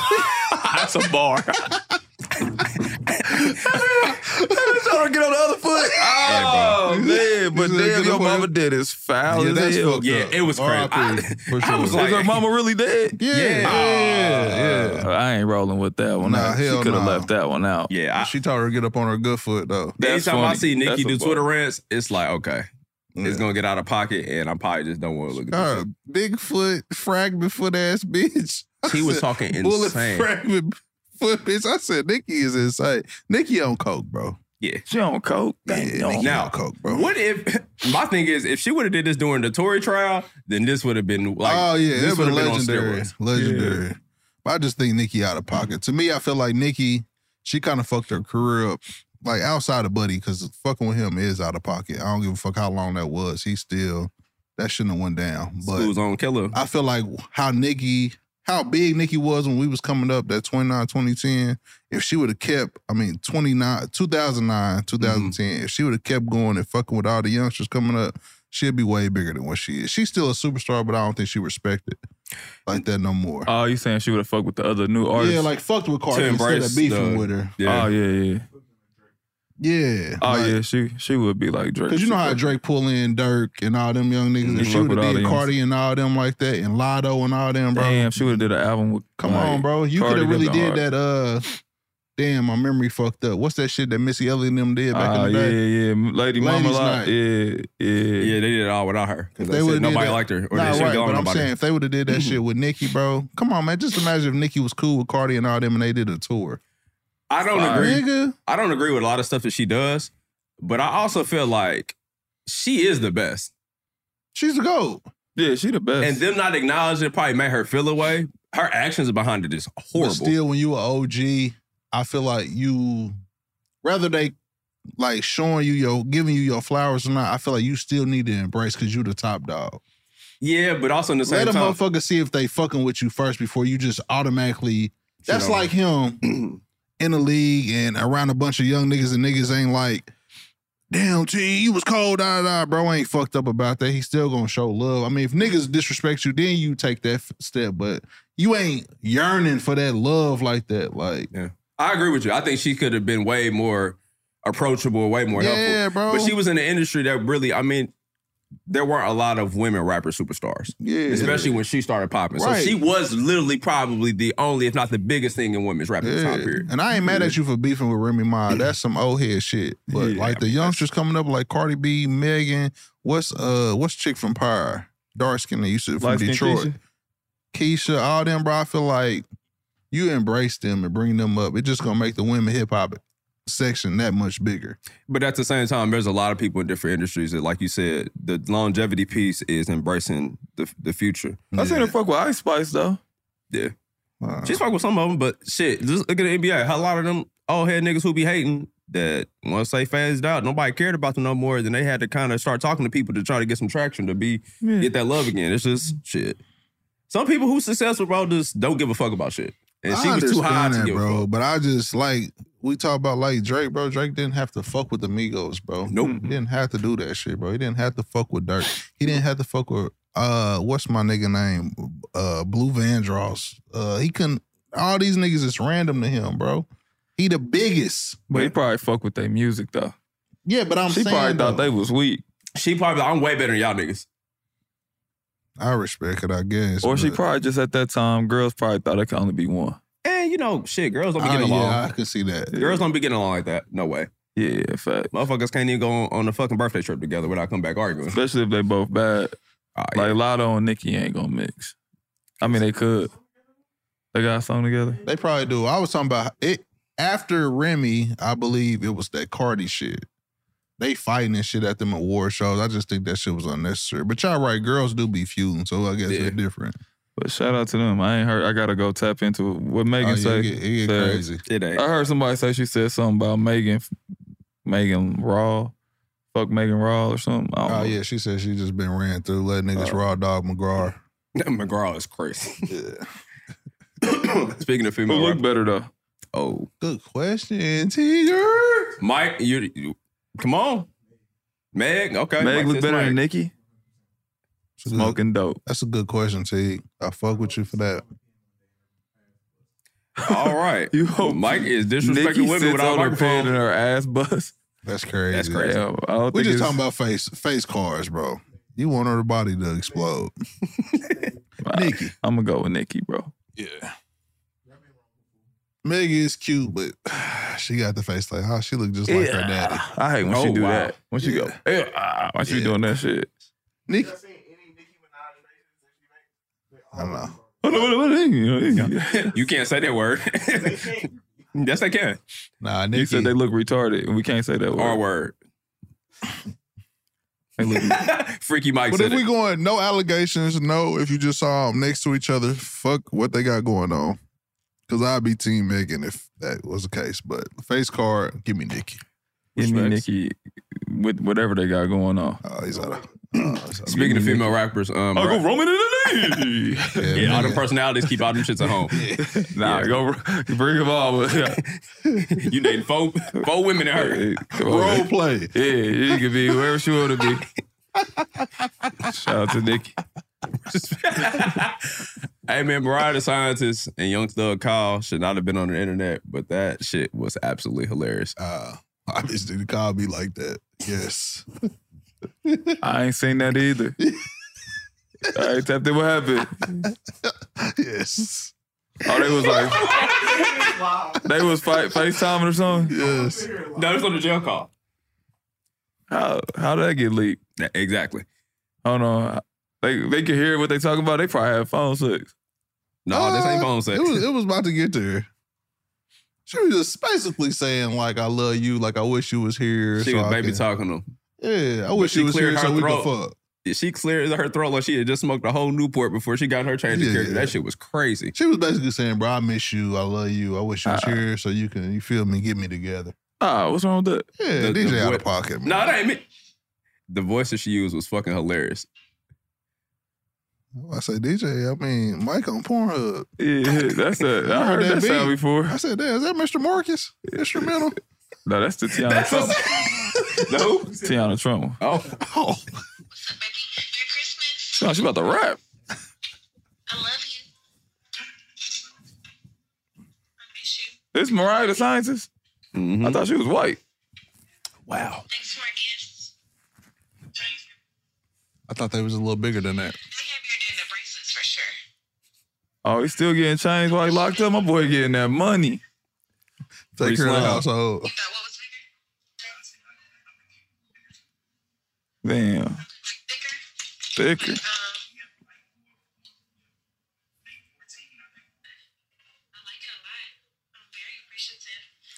Speaker 3: that's a bar. trying to get on the other foot. Oh hey, man, but damn, your mama him. dead is foul yeah, as hell.
Speaker 2: Yeah, it was crazy. I,
Speaker 3: sure. I was like, her mama really dead?
Speaker 4: Yeah, yeah,
Speaker 3: yeah. I ain't rolling with that one. Nah, she could have nah. left that one out.
Speaker 2: Yeah, I,
Speaker 4: she told her to get up on her good foot though.
Speaker 2: That's Anytime funny. I see Nikki That's do Twitter rants, it's like okay. Yeah. It's gonna get out of pocket, and I probably just don't want to look at her.
Speaker 4: Bigfoot fragment foot ass bitch.
Speaker 2: He was talking insane.
Speaker 4: fragment foot bitch. I said Nikki is insane. Nikki on coke, bro.
Speaker 2: Yeah.
Speaker 3: She on coke.
Speaker 4: Yeah,
Speaker 3: on.
Speaker 2: now, coke, bro. What if [LAUGHS] my thing is if she would have did this during the Tory trial, then this would have been like
Speaker 4: Oh yeah,
Speaker 2: this
Speaker 4: would have been legendary. legendary. Yeah. But I just think Nikki out of pocket. To me, I feel like Nikki, she kind of fucked her career up. Like outside of Buddy, because fucking with him is out of pocket. I don't give a fuck how long that was. He still that shouldn't have went down. But
Speaker 2: School's on killer.
Speaker 4: I feel like how Nikki how big Nikki was when we was coming up, that 29, 2010, if she would have kept, I mean, 29, 2009, 2010, mm-hmm. if she would have kept going and fucking with all the youngsters coming up, she'd be way bigger than what she is. She's still a superstar, but I don't think she respected like that no more.
Speaker 3: Oh, you saying she would have fucked with the other new artists?
Speaker 4: Yeah, like fucked with Cardi instead of beefing the, with her.
Speaker 3: Yeah. Oh, yeah, yeah.
Speaker 4: Yeah.
Speaker 3: Oh like, yeah, she she would be like Drake.
Speaker 4: Cause you know how Drake pull in Dirk and all them young niggas. And she would have did Cardi and all them like that, and Lotto and all them, bro.
Speaker 3: Damn, she would have did an album with.
Speaker 4: Come like, on, bro. You could have really did hard. that. Uh, Damn, my memory fucked up. What's that shit that Missy Elliott and them did back
Speaker 3: Ah,
Speaker 4: in the day?
Speaker 3: yeah, yeah, Lady Mama
Speaker 4: Ladies'
Speaker 3: Lot.
Speaker 4: night.
Speaker 3: Yeah, yeah,
Speaker 2: Yeah, they did it all without her because
Speaker 4: If
Speaker 2: they, said
Speaker 4: would've did
Speaker 2: nobody
Speaker 4: that-
Speaker 2: liked her or
Speaker 4: Nah,
Speaker 2: they shouldn't
Speaker 4: right,
Speaker 2: get on
Speaker 4: but I'm
Speaker 2: nobody. Mm-hmm.
Speaker 4: saying if they would have did that shit with Nicki, bro, come on, man. Just imagine if Nicki was cool with Cardi and all them, and they did a tour.
Speaker 2: I don't
Speaker 4: Fire.
Speaker 2: agree.
Speaker 4: Nigga.
Speaker 2: I don't agree with a lot of stuff that she does, but I also feel like she is the best.
Speaker 4: She's the goat.
Speaker 3: Yeah, she the best.
Speaker 2: And them not acknowledging it probably made her feel away. Her actions behind it is horrible.
Speaker 4: But still, when you an OG, I feel like you, rather they like showing you your, giving you your flowers or not, I feel like you still need to embrace because you the top dog.
Speaker 2: yeah, but also in the same
Speaker 4: Let a
Speaker 2: time,
Speaker 4: motherfucker see if they fucking with you first before you just automatically. That's
Speaker 2: on
Speaker 4: like him in the league and around a bunch of young niggas and niggas ain't like, damn, T, you was cold, da da, da. Bro ain't fucked up about that. He still gonna show love. I mean, if niggas disrespect you, then you take that f- step, but you ain't yearning for that love like that. Like,
Speaker 2: yeah. I agree with you. I think she could have been way more approachable, way more
Speaker 4: Yeah,
Speaker 2: helpful.
Speaker 4: bro.
Speaker 2: But she was in an industry that really, I mean, there weren't a lot of women rapper superstars.
Speaker 4: Yeah.
Speaker 2: Especially when she started popping.
Speaker 4: Right.
Speaker 2: So she was literally probably the only, if not the biggest thing in women's rap at the time
Speaker 4: Yeah.
Speaker 2: period.
Speaker 4: And I ain't mad at you for beefing with
Speaker 2: [CLEARS THROAT]
Speaker 4: Remy Ma. That's some old head shit. But like the youngsters coming up, like Cardi B, Megan, what's uh, what's chick from Pyre, dark skin that used to from
Speaker 3: Light-skinned
Speaker 4: Detroit, Keisha. all them, bro. I feel like you embrace them and bring them up. It's just gonna make the women hip hop section that much bigger.
Speaker 2: But at the same time, there's a lot of people in different industries that, like you said, the longevity piece is embracing the the future.
Speaker 3: I seen her fuck with Ice Spice though.
Speaker 2: Yeah.
Speaker 4: Uh,
Speaker 2: She's fuck with some of them, but shit, just look at the NBA. How A lot of them old head niggas who be hating that once they phased out, nobody cared about them no more. Then they had to kind of start talking to people to try to get some traction to be
Speaker 3: Yeah.
Speaker 2: get that love again. It's just shit. Some people who successful, bro, just don't give a fuck about shit. And she
Speaker 4: I
Speaker 2: was too high
Speaker 4: understand
Speaker 2: to
Speaker 4: that,
Speaker 2: give a
Speaker 4: bro. But I just like we talk about like Drake, bro. Drake didn't have to fuck with the Migos, bro. Nope. He didn't have to do that shit, bro. He didn't have to fuck with Dirk. He didn't have to fuck with uh what's my nigga name? Uh Blue Vandross. Uh he couldn't all these niggas is random to him, bro. He the biggest.
Speaker 3: But he probably fuck with their music though.
Speaker 4: Yeah, but I'm
Speaker 3: she probably
Speaker 4: saying
Speaker 3: thought
Speaker 4: though,
Speaker 3: they was weak.
Speaker 2: She probably I'm way better than y'all niggas.
Speaker 4: I respect it, I guess.
Speaker 3: Or she
Speaker 4: but-
Speaker 3: probably just at that time, girls probably thought it could only be one.
Speaker 2: And you know, shit, girls don't be
Speaker 4: Ah,
Speaker 2: getting along.
Speaker 4: yeah, I can see that.
Speaker 2: Girls don't be getting along like that. No way.
Speaker 3: Yeah, fact.
Speaker 2: Motherfuckers can't even go on, on a fucking birthday trip together without coming back arguing. Ah,
Speaker 3: Especially if they both bad. Like Lotto and Nicki ain't gonna mix. I mean, they could. They got a song together.
Speaker 4: They probably do. I was talking about it after Remy. I believe it was that Cardi shit. They fighting and shit at them award shows. I just think that shit was unnecessary. But y'all right, girls do be feuding, so I guess they're different.
Speaker 3: But shout out to them. I ain't heard. I gotta go tap into what Megan
Speaker 4: Oh, yeah,
Speaker 3: say.
Speaker 4: it get- it get
Speaker 3: said-
Speaker 4: crazy.
Speaker 2: It ain't.
Speaker 3: I heard somebody say she said something about Megan, Megan Raw, fuck Megan Raw or something. I don't
Speaker 4: Oh
Speaker 3: know.
Speaker 4: yeah, she said she just been ran through, let niggas raw dog McGraw.
Speaker 2: [LAUGHS] McGraw is crazy.
Speaker 4: Yeah.
Speaker 2: [COUGHS] Speaking of female,
Speaker 3: Who look
Speaker 2: rap-
Speaker 3: better though?
Speaker 2: Oh,
Speaker 4: Good question, Teacher.
Speaker 2: Mike, you, you- come on, Meg. Okay,
Speaker 3: Meg
Speaker 2: Mike
Speaker 3: look
Speaker 2: says
Speaker 3: better than
Speaker 2: Mike.
Speaker 3: Nikki. Smoking dope.
Speaker 4: That's a good question, T. I fuck with you for that.
Speaker 2: All right,
Speaker 3: [LAUGHS] You hope
Speaker 2: Mike is disrespecting
Speaker 3: Nikki
Speaker 2: women
Speaker 3: sits
Speaker 2: without a
Speaker 3: on her
Speaker 2: microphone.
Speaker 3: pad and her ass
Speaker 4: [LAUGHS]
Speaker 3: bust.
Speaker 4: That's crazy.
Speaker 2: That's crazy.
Speaker 3: Yeah, I don't
Speaker 4: We
Speaker 3: think
Speaker 4: just
Speaker 3: it's,
Speaker 4: talking about face face cars, bro. You want her body to [LAUGHS] explode. Nikki.
Speaker 3: I'm gonna go with Nikki, bro.
Speaker 4: Yeah. Meg is cute, but [SIGHS] she got the face like, huh? She look just like her daddy.
Speaker 3: I hate when she
Speaker 4: Oh,
Speaker 3: do
Speaker 4: wow.
Speaker 3: that. When she go, eh, ah, why she doing that
Speaker 4: [LAUGHS]
Speaker 3: shit?
Speaker 4: Nikki. I don't know.
Speaker 2: [LAUGHS] you can't say that word. yes, I can.
Speaker 4: Nah,
Speaker 3: You
Speaker 4: Nikki.
Speaker 3: said they look retarded, and we can't say that word.
Speaker 2: R
Speaker 3: [LAUGHS]
Speaker 2: word.
Speaker 3: They
Speaker 4: [LAUGHS]
Speaker 3: look-
Speaker 2: Freaky Mike
Speaker 4: But
Speaker 2: said
Speaker 4: if
Speaker 2: it.
Speaker 4: we going no allegations, no, if you just saw them next to each other, fuck what they got going on. Cause I'd be team Megan if that was the case. But face card, give me Nikki.
Speaker 3: Give me Nikki with whatever they got going on.
Speaker 4: Oh, he's out of. [CLEARS THROAT]
Speaker 2: Speaking of female rappers, um,
Speaker 3: Oh, go
Speaker 2: rap-
Speaker 3: Roman in [LAUGHS] the lady.
Speaker 2: yeah, all them personalities keep all them shits at
Speaker 3: [LAUGHS]
Speaker 2: home.
Speaker 3: Nah, go bring them [LAUGHS] all. yeah,
Speaker 2: you dating four four women in her.
Speaker 3: come on, man.
Speaker 4: play.
Speaker 3: yeah, you could be wherever she want to be. Shout out to Nikki.
Speaker 2: [LAUGHS] Hey man, Mariah the Scientist and Young Thug Kyle should not have been on the internet, but that shit was absolutely hilarious.
Speaker 4: Uh, obviously the call be like that. Yes. [LAUGHS]
Speaker 3: I ain't seen that [LAUGHS] either. All right, tapped in. What happened?
Speaker 4: yes.
Speaker 3: Oh, they was like, they was fight FaceTiming or something.
Speaker 4: Yes.
Speaker 2: No, it's on the jail call.
Speaker 3: How how did that get leaked?
Speaker 2: Exactly.
Speaker 3: Oh, Hold on. They they can hear what they talking about. They probably have phone sex.
Speaker 2: No, this ain't phone sex.
Speaker 4: Uh, It was, it was about to get there. She was just basically saying like, "I love you," like, "I wish you was here."
Speaker 2: she
Speaker 4: so
Speaker 2: was
Speaker 4: I
Speaker 2: baby
Speaker 4: can-
Speaker 2: talking to him.
Speaker 4: Yeah, I
Speaker 2: But
Speaker 4: wish
Speaker 2: she
Speaker 4: you was
Speaker 2: cleared
Speaker 4: here
Speaker 2: her
Speaker 4: so we could
Speaker 2: throat.
Speaker 4: fuck.
Speaker 2: She cleared her throat like she had just smoked a whole Newport before she got her change of
Speaker 4: Yeah.
Speaker 2: character. That shit was crazy.
Speaker 4: She was basically saying, "Bro, I miss you. I love you. I wish you
Speaker 3: Uh,
Speaker 4: was here so you can, you feel me, get me together."
Speaker 3: Ah, what's wrong with that?
Speaker 4: Yeah,
Speaker 2: The-
Speaker 4: DJ
Speaker 2: the
Speaker 4: out
Speaker 2: boy-
Speaker 4: of pocket. Man.
Speaker 2: No, that ain't me. The voice that she used was fucking hilarious.
Speaker 4: I say DJ. I mean, Mike on Pornhub.
Speaker 3: Yeah, that's a. I heard that, sound
Speaker 4: beat.
Speaker 3: before.
Speaker 4: I said, "Damn, is that Mr. Marcus instrumental?"
Speaker 3: No, that's the Tiana Trump.
Speaker 2: No.
Speaker 3: Tiana Trump.
Speaker 2: Oh,
Speaker 4: Oh,
Speaker 3: No, she about to rap. This Mariah the scientist. I thought she was white.
Speaker 4: wow. I thought they was a little bigger than that.
Speaker 3: Oh, he's still getting changed while he locked up. My boy getting that money.
Speaker 4: Take
Speaker 3: Free
Speaker 4: care of the
Speaker 3: slime.
Speaker 4: household.
Speaker 3: Damn. Thicker.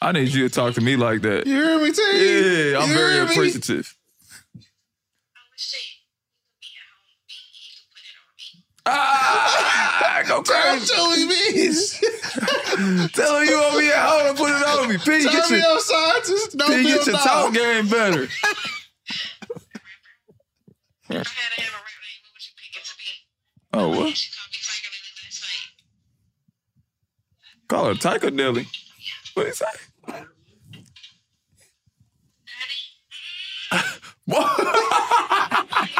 Speaker 3: I need you to talk to me like that.
Speaker 4: You hear me, T?
Speaker 3: Yeah, I'm
Speaker 4: You
Speaker 3: very
Speaker 4: hear me?
Speaker 3: appreciative. Ah, go
Speaker 4: Tell
Speaker 3: crazy.
Speaker 4: Joey Beans.
Speaker 3: [LAUGHS] Tell her you want me at home and put it on me. P,
Speaker 4: Tell
Speaker 3: get
Speaker 4: me
Speaker 3: your,
Speaker 4: your scientists. Don't
Speaker 3: P,
Speaker 4: build
Speaker 3: get your
Speaker 4: no.
Speaker 3: talk game better. Oh, what? Call her Tycodilly. What do you say? What?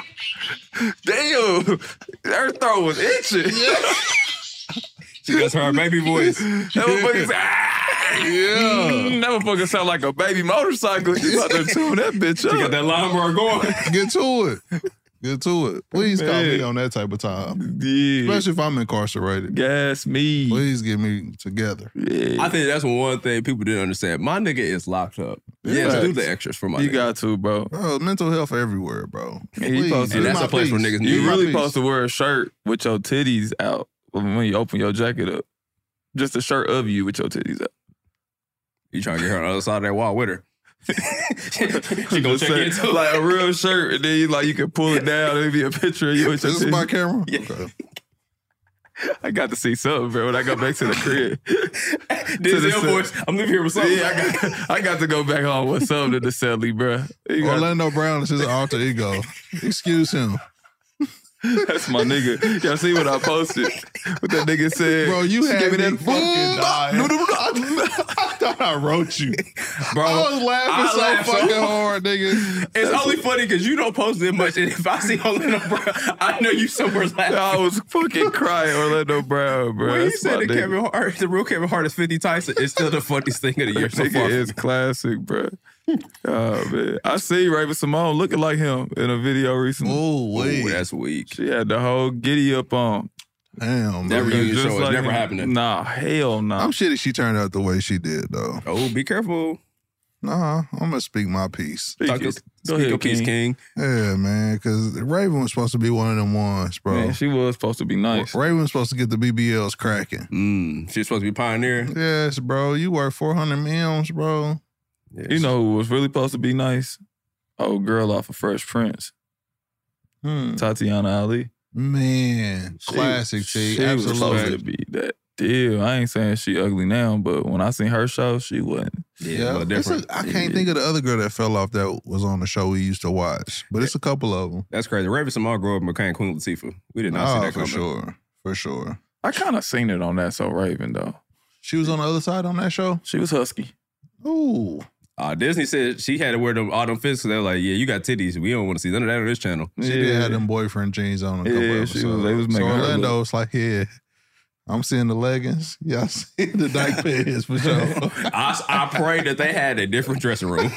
Speaker 3: Damn, her throat was itching.
Speaker 2: She just her baby voice.
Speaker 3: That motherfucker said, "Ah!"
Speaker 4: Yeah.
Speaker 3: Mm, That motherfucker sound like a baby motorcycle. You about to tune that bitch
Speaker 2: She got
Speaker 3: up.
Speaker 2: that lawnmower going.
Speaker 4: Get to it. Get to it. Please call me on that type of time,
Speaker 3: Yeah.
Speaker 4: especially if I'm incarcerated.
Speaker 3: Gas me.
Speaker 4: Please get me together.
Speaker 3: Yeah.
Speaker 2: I think that's one thing people didn't understand. My nigga is locked up. Yes,
Speaker 3: Yeah.
Speaker 2: do the extras for my
Speaker 3: you
Speaker 2: nigga.
Speaker 3: got to, bro.
Speaker 4: Bro, mental health everywhere, bro.
Speaker 3: Yeah, you
Speaker 4: Please,
Speaker 3: supposed to-
Speaker 4: be
Speaker 3: And that's
Speaker 4: my
Speaker 2: a place where
Speaker 4: peace.
Speaker 2: niggas
Speaker 4: Be
Speaker 2: need
Speaker 3: You
Speaker 2: my
Speaker 3: really
Speaker 2: piece.
Speaker 3: supposed to wear a shirt with your titties out when you open your jacket up. Just a shirt of you with your titties out.
Speaker 2: You trying to get her on the other side of that wall with her. she gonna
Speaker 3: Just
Speaker 2: check
Speaker 3: say,
Speaker 2: in too.
Speaker 3: Like a real shirt, and then you, like you can pull it down, and it'll be a picture of you with your
Speaker 4: This is my
Speaker 3: titties.
Speaker 4: camera.
Speaker 2: [LAUGHS] Yeah.
Speaker 4: Okay.
Speaker 3: I got to see something, bro. When I go back to
Speaker 2: [LAUGHS]
Speaker 3: the crib, to the
Speaker 2: Denzel
Speaker 3: set.
Speaker 2: voice. I'm leaving here with something.
Speaker 3: Yeah, I got, I got to go back home with something to the celly, bro. You got-
Speaker 4: Orlando Brown is his alter ego. Excuse him,
Speaker 3: that's my nigga. Y'all see what I posted? What that nigga said?
Speaker 4: bro. You
Speaker 3: She
Speaker 4: had
Speaker 3: gave
Speaker 4: me
Speaker 3: me that
Speaker 4: fucking dying.
Speaker 3: No, no, no.
Speaker 4: I thought I wrote you,
Speaker 2: Bro,
Speaker 4: I was laughing
Speaker 2: I
Speaker 4: so
Speaker 2: laughed so
Speaker 4: fucking
Speaker 2: hard.
Speaker 4: hard,
Speaker 2: [LAUGHS]
Speaker 4: nigga.
Speaker 2: It's only funny because you don't post that much, and if I see Orlando Brown, I know you somewhere laughing.
Speaker 3: [LAUGHS] I was fucking crying, Orlando Brown, bro.
Speaker 2: when you
Speaker 3: That's my
Speaker 2: said that
Speaker 3: nigga.
Speaker 2: Kevin Hart, [LAUGHS] the real Kevin Hart is 50 Tyson, it's still the funniest thing of the year so
Speaker 3: Nigga
Speaker 2: far.
Speaker 3: is
Speaker 2: [LAUGHS]
Speaker 3: classic, bro. Oh man, I see Raven Simone looking like him in a video recently.
Speaker 4: Oh
Speaker 2: Ooh,
Speaker 4: wait,
Speaker 2: that's weak.
Speaker 3: She had the whole giddy up on.
Speaker 4: damn.
Speaker 2: That uh,
Speaker 4: bro.
Speaker 2: reunion
Speaker 3: Just
Speaker 2: show is
Speaker 3: like
Speaker 2: never
Speaker 3: him.
Speaker 2: happening.
Speaker 3: Nah, hell no.
Speaker 4: I'm shitty. She turned out the way she did, though.
Speaker 2: Oh, be careful.
Speaker 4: Nah, I'm gonna speak my piece.
Speaker 2: Talk your,
Speaker 3: Go
Speaker 2: speak
Speaker 3: ahead,
Speaker 2: your piece,
Speaker 3: King.
Speaker 2: King.
Speaker 4: Yeah, man, because Raven was supposed to be one of them ones, bro.
Speaker 3: Man, she was supposed to be nice.
Speaker 4: Raven was supposed to get the BBLs cracking.
Speaker 2: Mm, she's supposed to be pioneer.
Speaker 4: Yes, bro. You worth 400 mms, bro.
Speaker 3: You know who was really supposed to be nice? Oh, girl off of Fresh Prince,
Speaker 4: Hmm.
Speaker 3: Tatiana Ali.
Speaker 4: Man,
Speaker 3: She-
Speaker 4: classic T.
Speaker 3: She was supposed to
Speaker 4: Absolutely.
Speaker 3: be that deal. I ain't saying she ugly now, but when I seen her show, she wasn't.
Speaker 4: Yeah,
Speaker 2: but
Speaker 4: It's a-
Speaker 2: different.
Speaker 4: I can't think of the other girl that fell off that was on the show we used to watch, but it's a couple of them.
Speaker 2: That's crazy. Raven Simone grew up and became Queen Latifah. We did not see
Speaker 4: Oh,
Speaker 2: that
Speaker 4: for
Speaker 2: coming.
Speaker 4: sure, for sure.
Speaker 3: I kind of seen it on that so Raven though.
Speaker 4: She was on the other side on that show.
Speaker 3: She was husky.
Speaker 4: Ooh,
Speaker 2: Uh, Disney said she had to wear them autumn fits because they're like, yeah, you got titties. We don't want to see none of that on this channel.
Speaker 4: she did have them boyfriend jeans on a couple
Speaker 3: Yeah,
Speaker 4: episodes.
Speaker 3: she was- they was
Speaker 4: so
Speaker 3: making her
Speaker 4: Orlando was like, yeah, I'm seeing the leggings. [LAUGHS] Y'all see the
Speaker 3: [LAUGHS]
Speaker 4: dyke pants for sure.
Speaker 3: I, I pray that they had a different dressing room.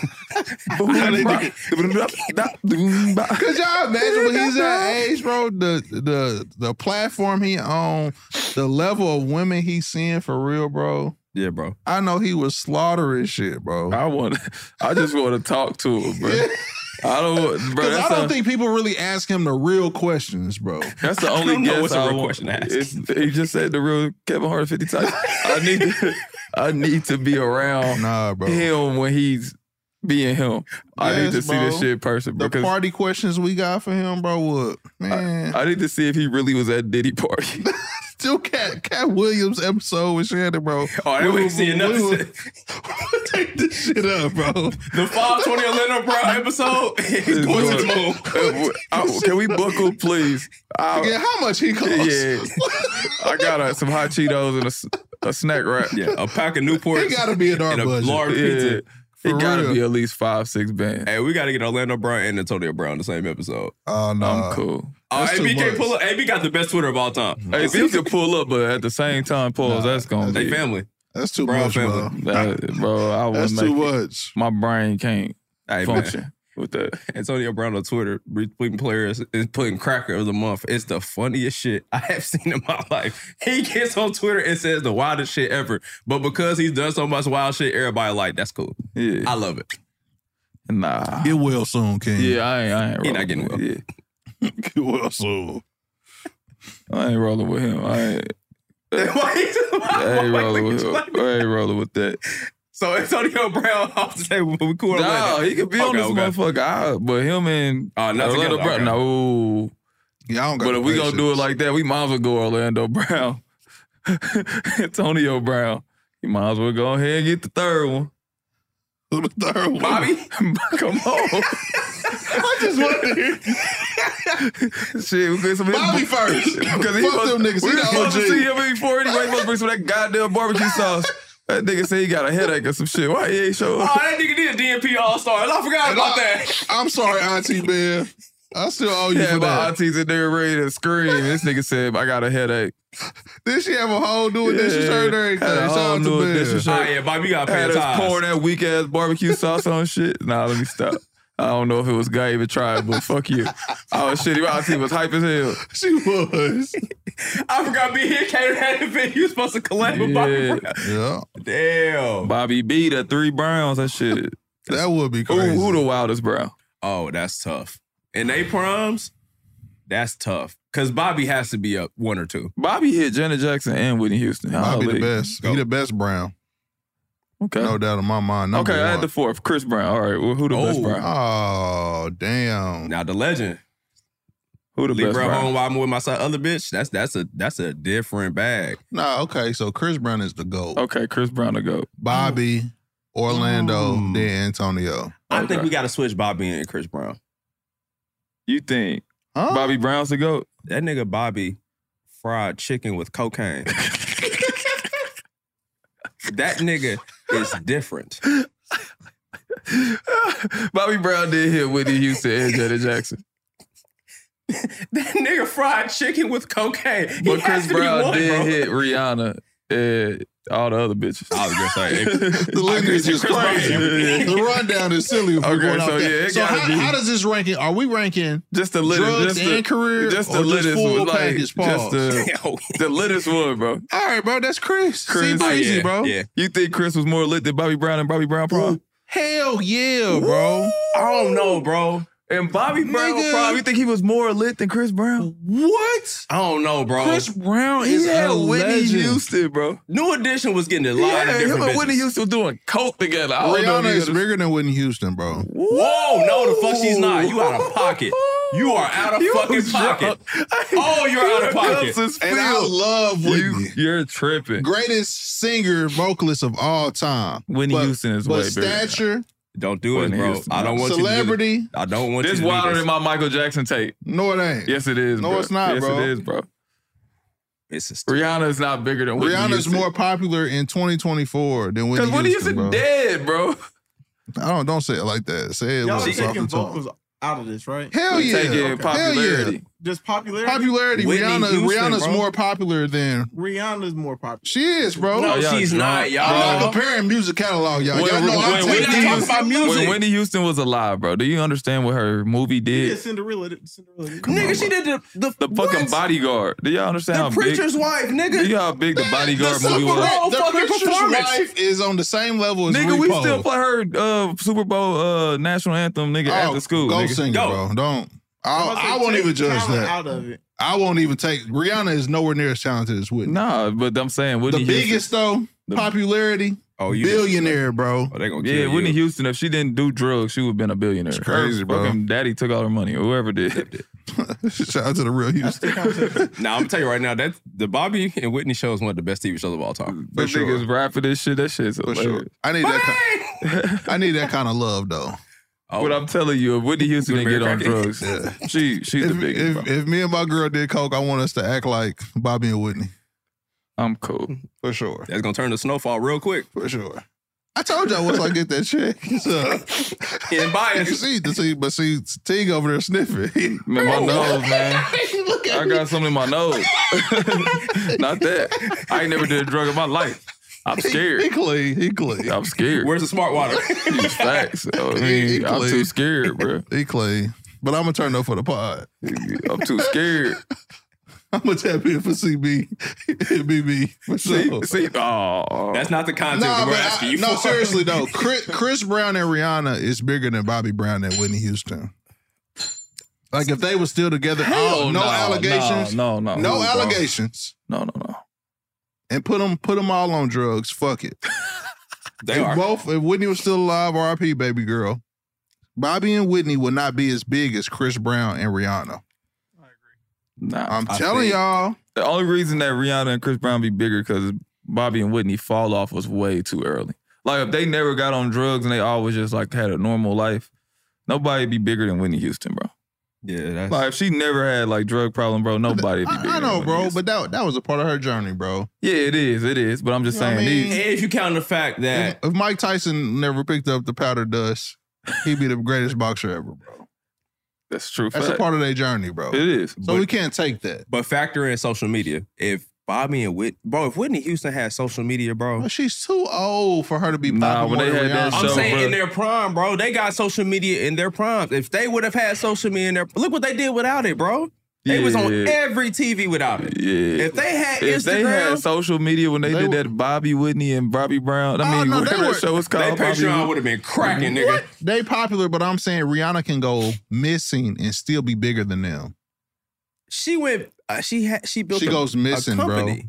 Speaker 4: Cause y'all imagine when
Speaker 3: [LAUGHS]
Speaker 4: he's that age, bro. The the the platform he on, the level of women he's seeing for real, bro.
Speaker 3: Yeah, bro.
Speaker 4: I know he was slaughtering shit, bro.
Speaker 3: I want. I just want to talk to him, bro. I don't, bro.
Speaker 4: Because I
Speaker 3: that's
Speaker 4: don't
Speaker 3: a-
Speaker 4: think people really ask him the real
Speaker 3: [LAUGHS]
Speaker 4: questions, bro.
Speaker 3: That's the only
Speaker 4: [LAUGHS] I don't know
Speaker 3: guess
Speaker 4: what's a
Speaker 3: I
Speaker 4: real
Speaker 3: want.
Speaker 4: question to ask.
Speaker 3: It's- He just said the real Kevin Hart fifty
Speaker 4: [LAUGHS]
Speaker 3: times. I need to, I need to be around
Speaker 4: Nah, bro.
Speaker 3: him when he's being him. I need
Speaker 4: Yes,
Speaker 3: to see this
Speaker 4: bro.
Speaker 3: shit in person
Speaker 4: The
Speaker 3: because
Speaker 4: party questions we got for him, bro. What man?
Speaker 3: I need to see if he really was at Diddy
Speaker 4: [LAUGHS]
Speaker 3: party. [LAUGHS]
Speaker 4: Still Cat Cat Williams episode with Shannon, bro.
Speaker 3: Oh, that we can see another
Speaker 4: we-
Speaker 3: shit.
Speaker 4: [LAUGHS] we take this shit up, bro. [LAUGHS]
Speaker 3: The fall 2011 Brown episode. He's
Speaker 4: going to
Speaker 3: [LAUGHS]
Speaker 4: the
Speaker 3: Can we buckle, please? I-
Speaker 4: [LAUGHS] Yeah, how much he costs?
Speaker 3: Yeah. I got uh, some hot Cheetos and a s- a, snack wrap.
Speaker 2: Yeah, [LAUGHS] a pack of Newports.
Speaker 4: It gotta be in our
Speaker 2: and a
Speaker 4: budget.
Speaker 2: large
Speaker 3: Yeah.
Speaker 2: pizza.
Speaker 4: For
Speaker 3: It gotta
Speaker 4: real.
Speaker 3: be at least five, six bands.
Speaker 2: Hey, we got to get Orlando Brown and Antonio Brown in the same episode.
Speaker 4: [LAUGHS] Oh no,
Speaker 3: I'm cool.
Speaker 2: Oh,
Speaker 4: That's too
Speaker 2: AB can't
Speaker 4: much.
Speaker 2: pull up. AB got the best Twitter of all time.
Speaker 3: Hey, if you can pull up, but at the same time, pause. that's gonna
Speaker 2: They
Speaker 3: be
Speaker 2: family.
Speaker 4: that's too
Speaker 2: Brown
Speaker 4: much, bro.
Speaker 2: family.
Speaker 3: That- uh, bro. I
Speaker 4: That's
Speaker 3: was
Speaker 4: too
Speaker 3: make
Speaker 4: much.
Speaker 3: my brain can't
Speaker 2: Hey,
Speaker 3: function
Speaker 2: man. [LAUGHS]
Speaker 3: with that.
Speaker 2: Antonio Brown on Twitter, retweeting players is putting cracker of the month. It's the funniest shit [LAUGHS] I have seen in my life. He gets on Twitter and says the wildest shit ever. But because he's done so much wild shit, everybody like, that's cool.
Speaker 3: Yeah,
Speaker 2: I love it.
Speaker 3: nah.
Speaker 4: It will soon, King. [LAUGHS]
Speaker 3: Yeah, I ain't. I ain't
Speaker 2: He
Speaker 3: rolling
Speaker 2: not getting
Speaker 3: with-
Speaker 2: well.
Speaker 3: Yeah,
Speaker 4: it will soon.
Speaker 3: I ain't rolling with him. I
Speaker 4: [LAUGHS]
Speaker 3: ain't,
Speaker 2: [LAUGHS] Why he-
Speaker 3: I
Speaker 2: why-
Speaker 3: ain't
Speaker 2: why
Speaker 3: rolling
Speaker 2: look
Speaker 3: with
Speaker 2: at you
Speaker 3: him.
Speaker 2: like that?
Speaker 3: I ain't rolling with that.
Speaker 2: So Antonio Brown [LAUGHS] off the table, but we cool. in
Speaker 3: No,
Speaker 2: Atlanta.
Speaker 3: he could be on
Speaker 2: Okay,
Speaker 3: this
Speaker 2: okay.
Speaker 3: motherfucker. I, but him and
Speaker 2: Oh, not
Speaker 3: Orlando
Speaker 2: together,
Speaker 3: Brown.
Speaker 2: okay.
Speaker 3: No.
Speaker 4: Yeah, I don't got.
Speaker 3: But
Speaker 4: the
Speaker 3: if we gonna do it
Speaker 4: patience.
Speaker 3: like that, we might as well go Orlando Brown, [LAUGHS] Antonio Brown. You might as well go ahead and get the third one.
Speaker 4: the third one, [LAUGHS]
Speaker 2: Bobby?
Speaker 3: Come on,
Speaker 4: I just want to hear
Speaker 3: shit. We get some [LAUGHS]
Speaker 4: Bobby first. Fuck them niggas.
Speaker 3: We
Speaker 4: He the
Speaker 3: was supposed to
Speaker 4: OG.
Speaker 3: see him before anyway. He supposed to bring some of that goddamn barbecue sauce. That nigga say he got a headache or some shit. Why he ain't show
Speaker 2: Oh,
Speaker 3: up?
Speaker 2: that nigga did DNP All Star. I forgot
Speaker 4: And
Speaker 2: about
Speaker 4: I-
Speaker 2: that.
Speaker 4: I'm sorry, Auntie Man. I still owe you
Speaker 3: Yeah,
Speaker 4: for
Speaker 3: my
Speaker 4: that.
Speaker 3: auntie's in there ready to scream. This nigga said, "I got a headache."
Speaker 4: Did she have a whole new edition
Speaker 3: Yeah.
Speaker 4: shirt or anything?
Speaker 3: Had a
Speaker 4: Shout
Speaker 3: whole
Speaker 4: out
Speaker 3: new
Speaker 4: to Ben.
Speaker 3: edition shirt.
Speaker 2: Oh, yeah, Bobby, you got to pay
Speaker 3: had
Speaker 2: the
Speaker 3: us
Speaker 2: tithes.
Speaker 3: pouring that weak ass barbecue sauce on shit. Nah, let me stop. I don't know if it was guy even tried, but fuck you. Oh shit, your auntie was hype as hell.
Speaker 4: [LAUGHS] She was.
Speaker 2: I forgot me here catered at an event. You was supposed to collab with
Speaker 3: Yeah.
Speaker 2: Bobby Brown.
Speaker 4: yeah,
Speaker 2: Damn.
Speaker 3: Bobby B, the three browns, that shit.
Speaker 4: that would be
Speaker 3: Who,
Speaker 4: crazy.
Speaker 3: who the wildest brown?
Speaker 2: Oh, that's tough. And they proms, that's tough. Cause Bobby has to be up one or two.
Speaker 3: Bobby hit Janet Jackson and Whitney Houston.
Speaker 4: Bobby the
Speaker 3: Holy.
Speaker 4: best. He the best Brown.
Speaker 3: Okay.
Speaker 4: No doubt in my mind. Number
Speaker 3: okay, I had
Speaker 4: one.
Speaker 3: the fourth. Chris Brown. All right. Well, who the best
Speaker 2: Oh,
Speaker 3: brown?
Speaker 4: Oh damn!
Speaker 2: Now the legend.
Speaker 3: Who the
Speaker 2: Leave
Speaker 3: best
Speaker 2: her
Speaker 3: brown?
Speaker 2: home while I'm with my son, other bitch. That's that's a that's a different bag.
Speaker 4: Nah, okay. So Chris Brown is the goat.
Speaker 3: Okay, Chris Brown to go.
Speaker 4: Bobby, Orlando,
Speaker 2: Mm.
Speaker 4: then Antonio.
Speaker 2: I think
Speaker 3: Okay.
Speaker 2: we gotta switch Bobby and Chris Brown.
Speaker 3: You think
Speaker 4: Huh?
Speaker 3: Bobby Brown's to
Speaker 4: [LAUGHS]
Speaker 3: go?
Speaker 2: That nigga Bobby fried chicken with
Speaker 3: [LAUGHS]
Speaker 2: cocaine. that nigga is different.
Speaker 3: Bobby Brown did hit Whitney Houston and Janet Jackson.
Speaker 2: [LAUGHS] That nigga fried chicken with cocaine. He
Speaker 3: But
Speaker 2: has
Speaker 3: Chris
Speaker 2: to be
Speaker 3: Brown
Speaker 2: one,
Speaker 3: did
Speaker 2: bro.
Speaker 3: hit Rihanna and all the other bitches.
Speaker 2: I was gonna
Speaker 3: [LAUGHS]
Speaker 2: say,
Speaker 4: The lineage is
Speaker 2: Chris Brown is
Speaker 4: crazy.
Speaker 2: everything.
Speaker 4: the rundown is silly. If
Speaker 3: Okay,
Speaker 4: we're going
Speaker 3: so
Speaker 4: off that.
Speaker 3: yeah, it
Speaker 4: so
Speaker 3: gotta
Speaker 4: how,
Speaker 3: be-
Speaker 4: how does this ranking? Are we ranking
Speaker 3: just the littest,
Speaker 4: drugs
Speaker 3: just
Speaker 4: and
Speaker 3: the,
Speaker 4: career,
Speaker 3: just the
Speaker 4: or just
Speaker 3: littest
Speaker 4: full
Speaker 3: one, like
Speaker 4: package?
Speaker 3: just
Speaker 4: Pause.
Speaker 3: the
Speaker 2: [LAUGHS]
Speaker 3: the littest one, bro.
Speaker 4: [LAUGHS] All right, bro. That's Chris.
Speaker 3: Chris.
Speaker 4: See, breezy,
Speaker 3: Oh, yeah,
Speaker 4: bro.
Speaker 2: yeah.
Speaker 3: You think Chris was more lit than Bobby Brown and Bobby Brown prom?
Speaker 4: Hell yeah, bro.
Speaker 2: I don't know, bro.
Speaker 3: And Bobby Brown
Speaker 4: Nigga.
Speaker 3: prom, you think he was more lit than Chris Brown?
Speaker 4: What?
Speaker 2: I don't know, bro.
Speaker 4: Chris Brown
Speaker 3: He
Speaker 4: is
Speaker 3: had
Speaker 4: a
Speaker 3: Whitney
Speaker 4: legend.
Speaker 3: Houston, bro.
Speaker 2: New Edition was getting a lot
Speaker 3: Yeah,
Speaker 2: of
Speaker 3: him
Speaker 2: different
Speaker 3: and
Speaker 2: bitches.
Speaker 3: Whitney Houston was doing coke together. I don't know if
Speaker 4: Rihanna
Speaker 3: you
Speaker 4: is
Speaker 3: understand.
Speaker 4: bigger than Whitney Houston, bro.
Speaker 2: Whoa, no, the fuck she's not. You out of pocket. You are out
Speaker 3: [LAUGHS]
Speaker 2: of
Speaker 3: You
Speaker 2: fucking
Speaker 3: was
Speaker 2: pocket.
Speaker 3: drunk.
Speaker 2: Oh, you're out of pocket.
Speaker 3: Cups is
Speaker 4: And I
Speaker 3: filled.
Speaker 4: love Whitney.
Speaker 3: You, are tripping.
Speaker 4: Greatest singer vocalist of all time.
Speaker 3: Whitney
Speaker 4: But-
Speaker 3: Houston is
Speaker 4: But
Speaker 3: way bigger.
Speaker 4: stature,
Speaker 2: Don't do it,
Speaker 3: Whitney
Speaker 2: bro.
Speaker 3: Houston.
Speaker 2: I don't want you. To do
Speaker 4: celebrity,
Speaker 2: this. I don't want
Speaker 3: This
Speaker 2: you. To
Speaker 3: wilder
Speaker 2: do this.
Speaker 3: than my Michael Jackson tape.
Speaker 4: no, it ain't.
Speaker 3: Yes, it is.
Speaker 4: No,
Speaker 3: bro.
Speaker 4: it's not,
Speaker 3: yes,
Speaker 4: bro.
Speaker 3: it is, bro.
Speaker 2: It's a st-
Speaker 3: Rihanna is not bigger than Whitney
Speaker 4: Rihanna's
Speaker 3: Houston.
Speaker 4: more popular in 2024 than Whitney
Speaker 3: because Whitney
Speaker 4: Houston.
Speaker 3: Houston
Speaker 4: bro.
Speaker 3: dead, bro.
Speaker 4: I don't don't say it like that. Say it
Speaker 8: Y'all
Speaker 4: with
Speaker 8: are
Speaker 4: a softer
Speaker 8: taking
Speaker 4: tone.
Speaker 8: vocals out of this, right?
Speaker 4: Hell
Speaker 3: We
Speaker 4: yeah.
Speaker 3: taking
Speaker 4: Hell yeah.
Speaker 3: popularity.
Speaker 12: Just popularity.
Speaker 4: Popularity.
Speaker 12: Whitney
Speaker 4: Rihanna.
Speaker 12: Houston,
Speaker 4: Rihanna's
Speaker 12: bro.
Speaker 4: more popular than
Speaker 12: Rihanna's more popular.
Speaker 4: she is, bro.
Speaker 12: No, No, she's y'all not, drunk, y'all.
Speaker 4: I'm not comparing music catalog, y'all. y'all know
Speaker 12: when-
Speaker 4: I'm taking
Speaker 12: when-
Speaker 4: these-
Speaker 12: talking about music.
Speaker 3: When Whitney Houston was alive, bro, do you understand what her movie
Speaker 12: Yeah,
Speaker 3: did?
Speaker 12: Cinderella. Cinderella.
Speaker 2: nigga, she did the the,
Speaker 3: The fucking
Speaker 2: what?
Speaker 3: bodyguard. Do y'all understand how
Speaker 2: The preacher's
Speaker 3: big?
Speaker 2: wife,
Speaker 3: Do
Speaker 2: nigga.
Speaker 3: you know how big the bodyguard
Speaker 4: the
Speaker 3: movie
Speaker 4: Super
Speaker 3: was?
Speaker 4: Bowl-
Speaker 2: Oh,
Speaker 4: the
Speaker 2: fucking
Speaker 4: preacher's
Speaker 2: performance.
Speaker 4: wife is on the same level as
Speaker 3: Nigga, we
Speaker 4: RuPaul.
Speaker 3: still play her uh, Super Bowl uh, national anthem, nigga,
Speaker 4: Oh,
Speaker 3: after school.
Speaker 4: Go
Speaker 3: nigga.
Speaker 4: sing it, bro. Don't.
Speaker 12: I'm gonna say
Speaker 4: Oh, I, I won't
Speaker 12: take
Speaker 4: even judge
Speaker 12: talent
Speaker 4: that.
Speaker 12: Out of
Speaker 2: [LAUGHS]
Speaker 12: it.
Speaker 4: I won't even take. Rihanna is nowhere near as talented as Whitney.
Speaker 3: Nah, but I'm saying
Speaker 4: the
Speaker 3: Whitney Houston.
Speaker 4: biggest though,
Speaker 3: The-
Speaker 4: popularity.
Speaker 2: Oh, you just-
Speaker 4: billionaire, bro. [LAUGHS]
Speaker 2: Oh, they gonna
Speaker 3: Yeah,
Speaker 2: kill
Speaker 3: Whitney
Speaker 2: you.
Speaker 3: Houston, if she didn't do drugs, she would have been a billionaire.
Speaker 4: It's crazy,
Speaker 3: her
Speaker 4: bro.
Speaker 3: Fucking daddy took all her money, or whoever did.
Speaker 4: Shout out to the real Houston.
Speaker 2: Now I'm gonna tell you right now that the Bobby and Whitney show is one of the best TV shows of all time.
Speaker 3: For
Speaker 4: sure.
Speaker 3: niggas rap for this shit. That shit's
Speaker 4: For
Speaker 3: hilarious.
Speaker 4: sure. I need that. Kind, [LAUGHS] I need that kind of love though.
Speaker 3: But I'm telling you, if Whitney Houston didn't get on
Speaker 2: Oh. American.
Speaker 3: drugs, she she's the
Speaker 4: If,
Speaker 3: biggest.
Speaker 4: if,
Speaker 3: bro.
Speaker 4: if me and my girl did coke, I want us to act like Bobby and Whitney
Speaker 3: I'm
Speaker 2: [LAUGHS]
Speaker 3: cool.
Speaker 4: for sure.
Speaker 2: That's gonna turn to snowfall real
Speaker 4: [LAUGHS]
Speaker 2: quick.
Speaker 4: For sure. I told y'all once I get that check. [LAUGHS] So,
Speaker 2: And bias.
Speaker 4: see, see, but see, Ting over there sniffing.
Speaker 3: Man, my nose,
Speaker 4: [LAUGHS]
Speaker 3: man.
Speaker 4: Look at
Speaker 3: I
Speaker 4: me.
Speaker 3: got something in my
Speaker 4: [LAUGHS]
Speaker 3: nose. [LAUGHS] Not that. I ain't never did a drug in my life. I'm
Speaker 4: He
Speaker 3: scared.
Speaker 4: clean. He clean.
Speaker 3: I'm scared.
Speaker 2: Where's the smart water?
Speaker 4: [LAUGHS]
Speaker 3: These facts. I
Speaker 4: He
Speaker 3: mean, I'm
Speaker 4: clean.
Speaker 3: too scared, bro.
Speaker 4: He clean. But I'm gonna turn up for the pod.
Speaker 3: I'm too
Speaker 4: [LAUGHS]
Speaker 3: scared.
Speaker 4: I'm gonna tap in for [LAUGHS] CB. It be me for
Speaker 3: See,
Speaker 4: sure. [LAUGHS]
Speaker 3: see, oh,
Speaker 2: That's not the content
Speaker 4: Nah,
Speaker 2: that we're
Speaker 4: but I-
Speaker 2: asking you
Speaker 4: no,
Speaker 2: for. [LAUGHS]
Speaker 4: seriously though. Chris, Chris Brown and Rihanna is bigger than Bobby Brown and Whitney Houston. Like if they were still together, all-
Speaker 2: oh,
Speaker 4: no, allegations,
Speaker 3: No, no,
Speaker 4: no,
Speaker 3: no, Ooh, bro.
Speaker 4: allegations,
Speaker 3: No, no, no.
Speaker 4: and put them put them all on drugs. Fuck it.
Speaker 2: They
Speaker 4: if
Speaker 2: are.
Speaker 4: both if Whitney was still alive, RIP baby girl. Bobby and Whitney would not be as big as Chris Brown and Rihanna.
Speaker 3: Nah.
Speaker 4: I'm
Speaker 2: I
Speaker 4: telling
Speaker 2: think-
Speaker 4: y'all.
Speaker 3: the only reason that Rihanna and Chris Brown be bigger because Bobby and Whitney fall off was way too early. Like if they never got on drugs and they always just like had a normal life, nobody be bigger than Whitney Houston, bro.
Speaker 2: Yeah, that's
Speaker 3: Like if she never had like drug problem, bro, nobody be bigger.
Speaker 4: I, I
Speaker 3: than
Speaker 4: know,
Speaker 3: Whitney
Speaker 4: bro,
Speaker 3: Houston.
Speaker 4: but that that was a part of her journey, bro.
Speaker 3: yeah, it is, it is. But I'm just
Speaker 4: You know what
Speaker 3: saying,
Speaker 4: I mean?
Speaker 3: these,
Speaker 2: And if you count the fact
Speaker 4: If,
Speaker 2: that
Speaker 4: if Mike Tyson never picked up the powder dust, he'd be the greatest boxer ever, bro.
Speaker 3: that's true.
Speaker 4: That's a
Speaker 3: fact.
Speaker 4: part of their journey, bro.
Speaker 3: It is.
Speaker 4: So we can't take that.
Speaker 2: but factor in social media. If Bobby and Whit bro, if Whitney Houston had social media, bro.
Speaker 4: But she's too old for her to be
Speaker 3: Nah,
Speaker 4: popular.
Speaker 3: when they
Speaker 4: more than
Speaker 3: had that
Speaker 4: Rihanna.
Speaker 2: I'm
Speaker 3: So,
Speaker 2: saying
Speaker 3: bro.
Speaker 2: in their prime, bro. They got social media in their prime. If they would have had social media in their look what they did without it, bro. They was on
Speaker 3: Yeah.
Speaker 2: every TV without it.
Speaker 3: Yeah.
Speaker 2: If they had
Speaker 3: if
Speaker 2: Instagram,
Speaker 3: they had social media when they,
Speaker 4: They
Speaker 3: did
Speaker 4: were-
Speaker 3: that Bobby Whitney and Bobby Brown, I
Speaker 4: Oh,
Speaker 3: mean,
Speaker 4: no, they
Speaker 3: whatever
Speaker 4: were-
Speaker 3: that show was
Speaker 2: they
Speaker 3: called, Bobby
Speaker 2: Patreon
Speaker 3: Whitney-
Speaker 2: would have been cracking, nigga.
Speaker 4: They popular, but I'm saying Rihanna can go missing and still be bigger than them.
Speaker 2: She went. Uh, she had. She built.
Speaker 4: She
Speaker 2: a,
Speaker 4: goes missing,
Speaker 2: a
Speaker 4: bro.
Speaker 2: company.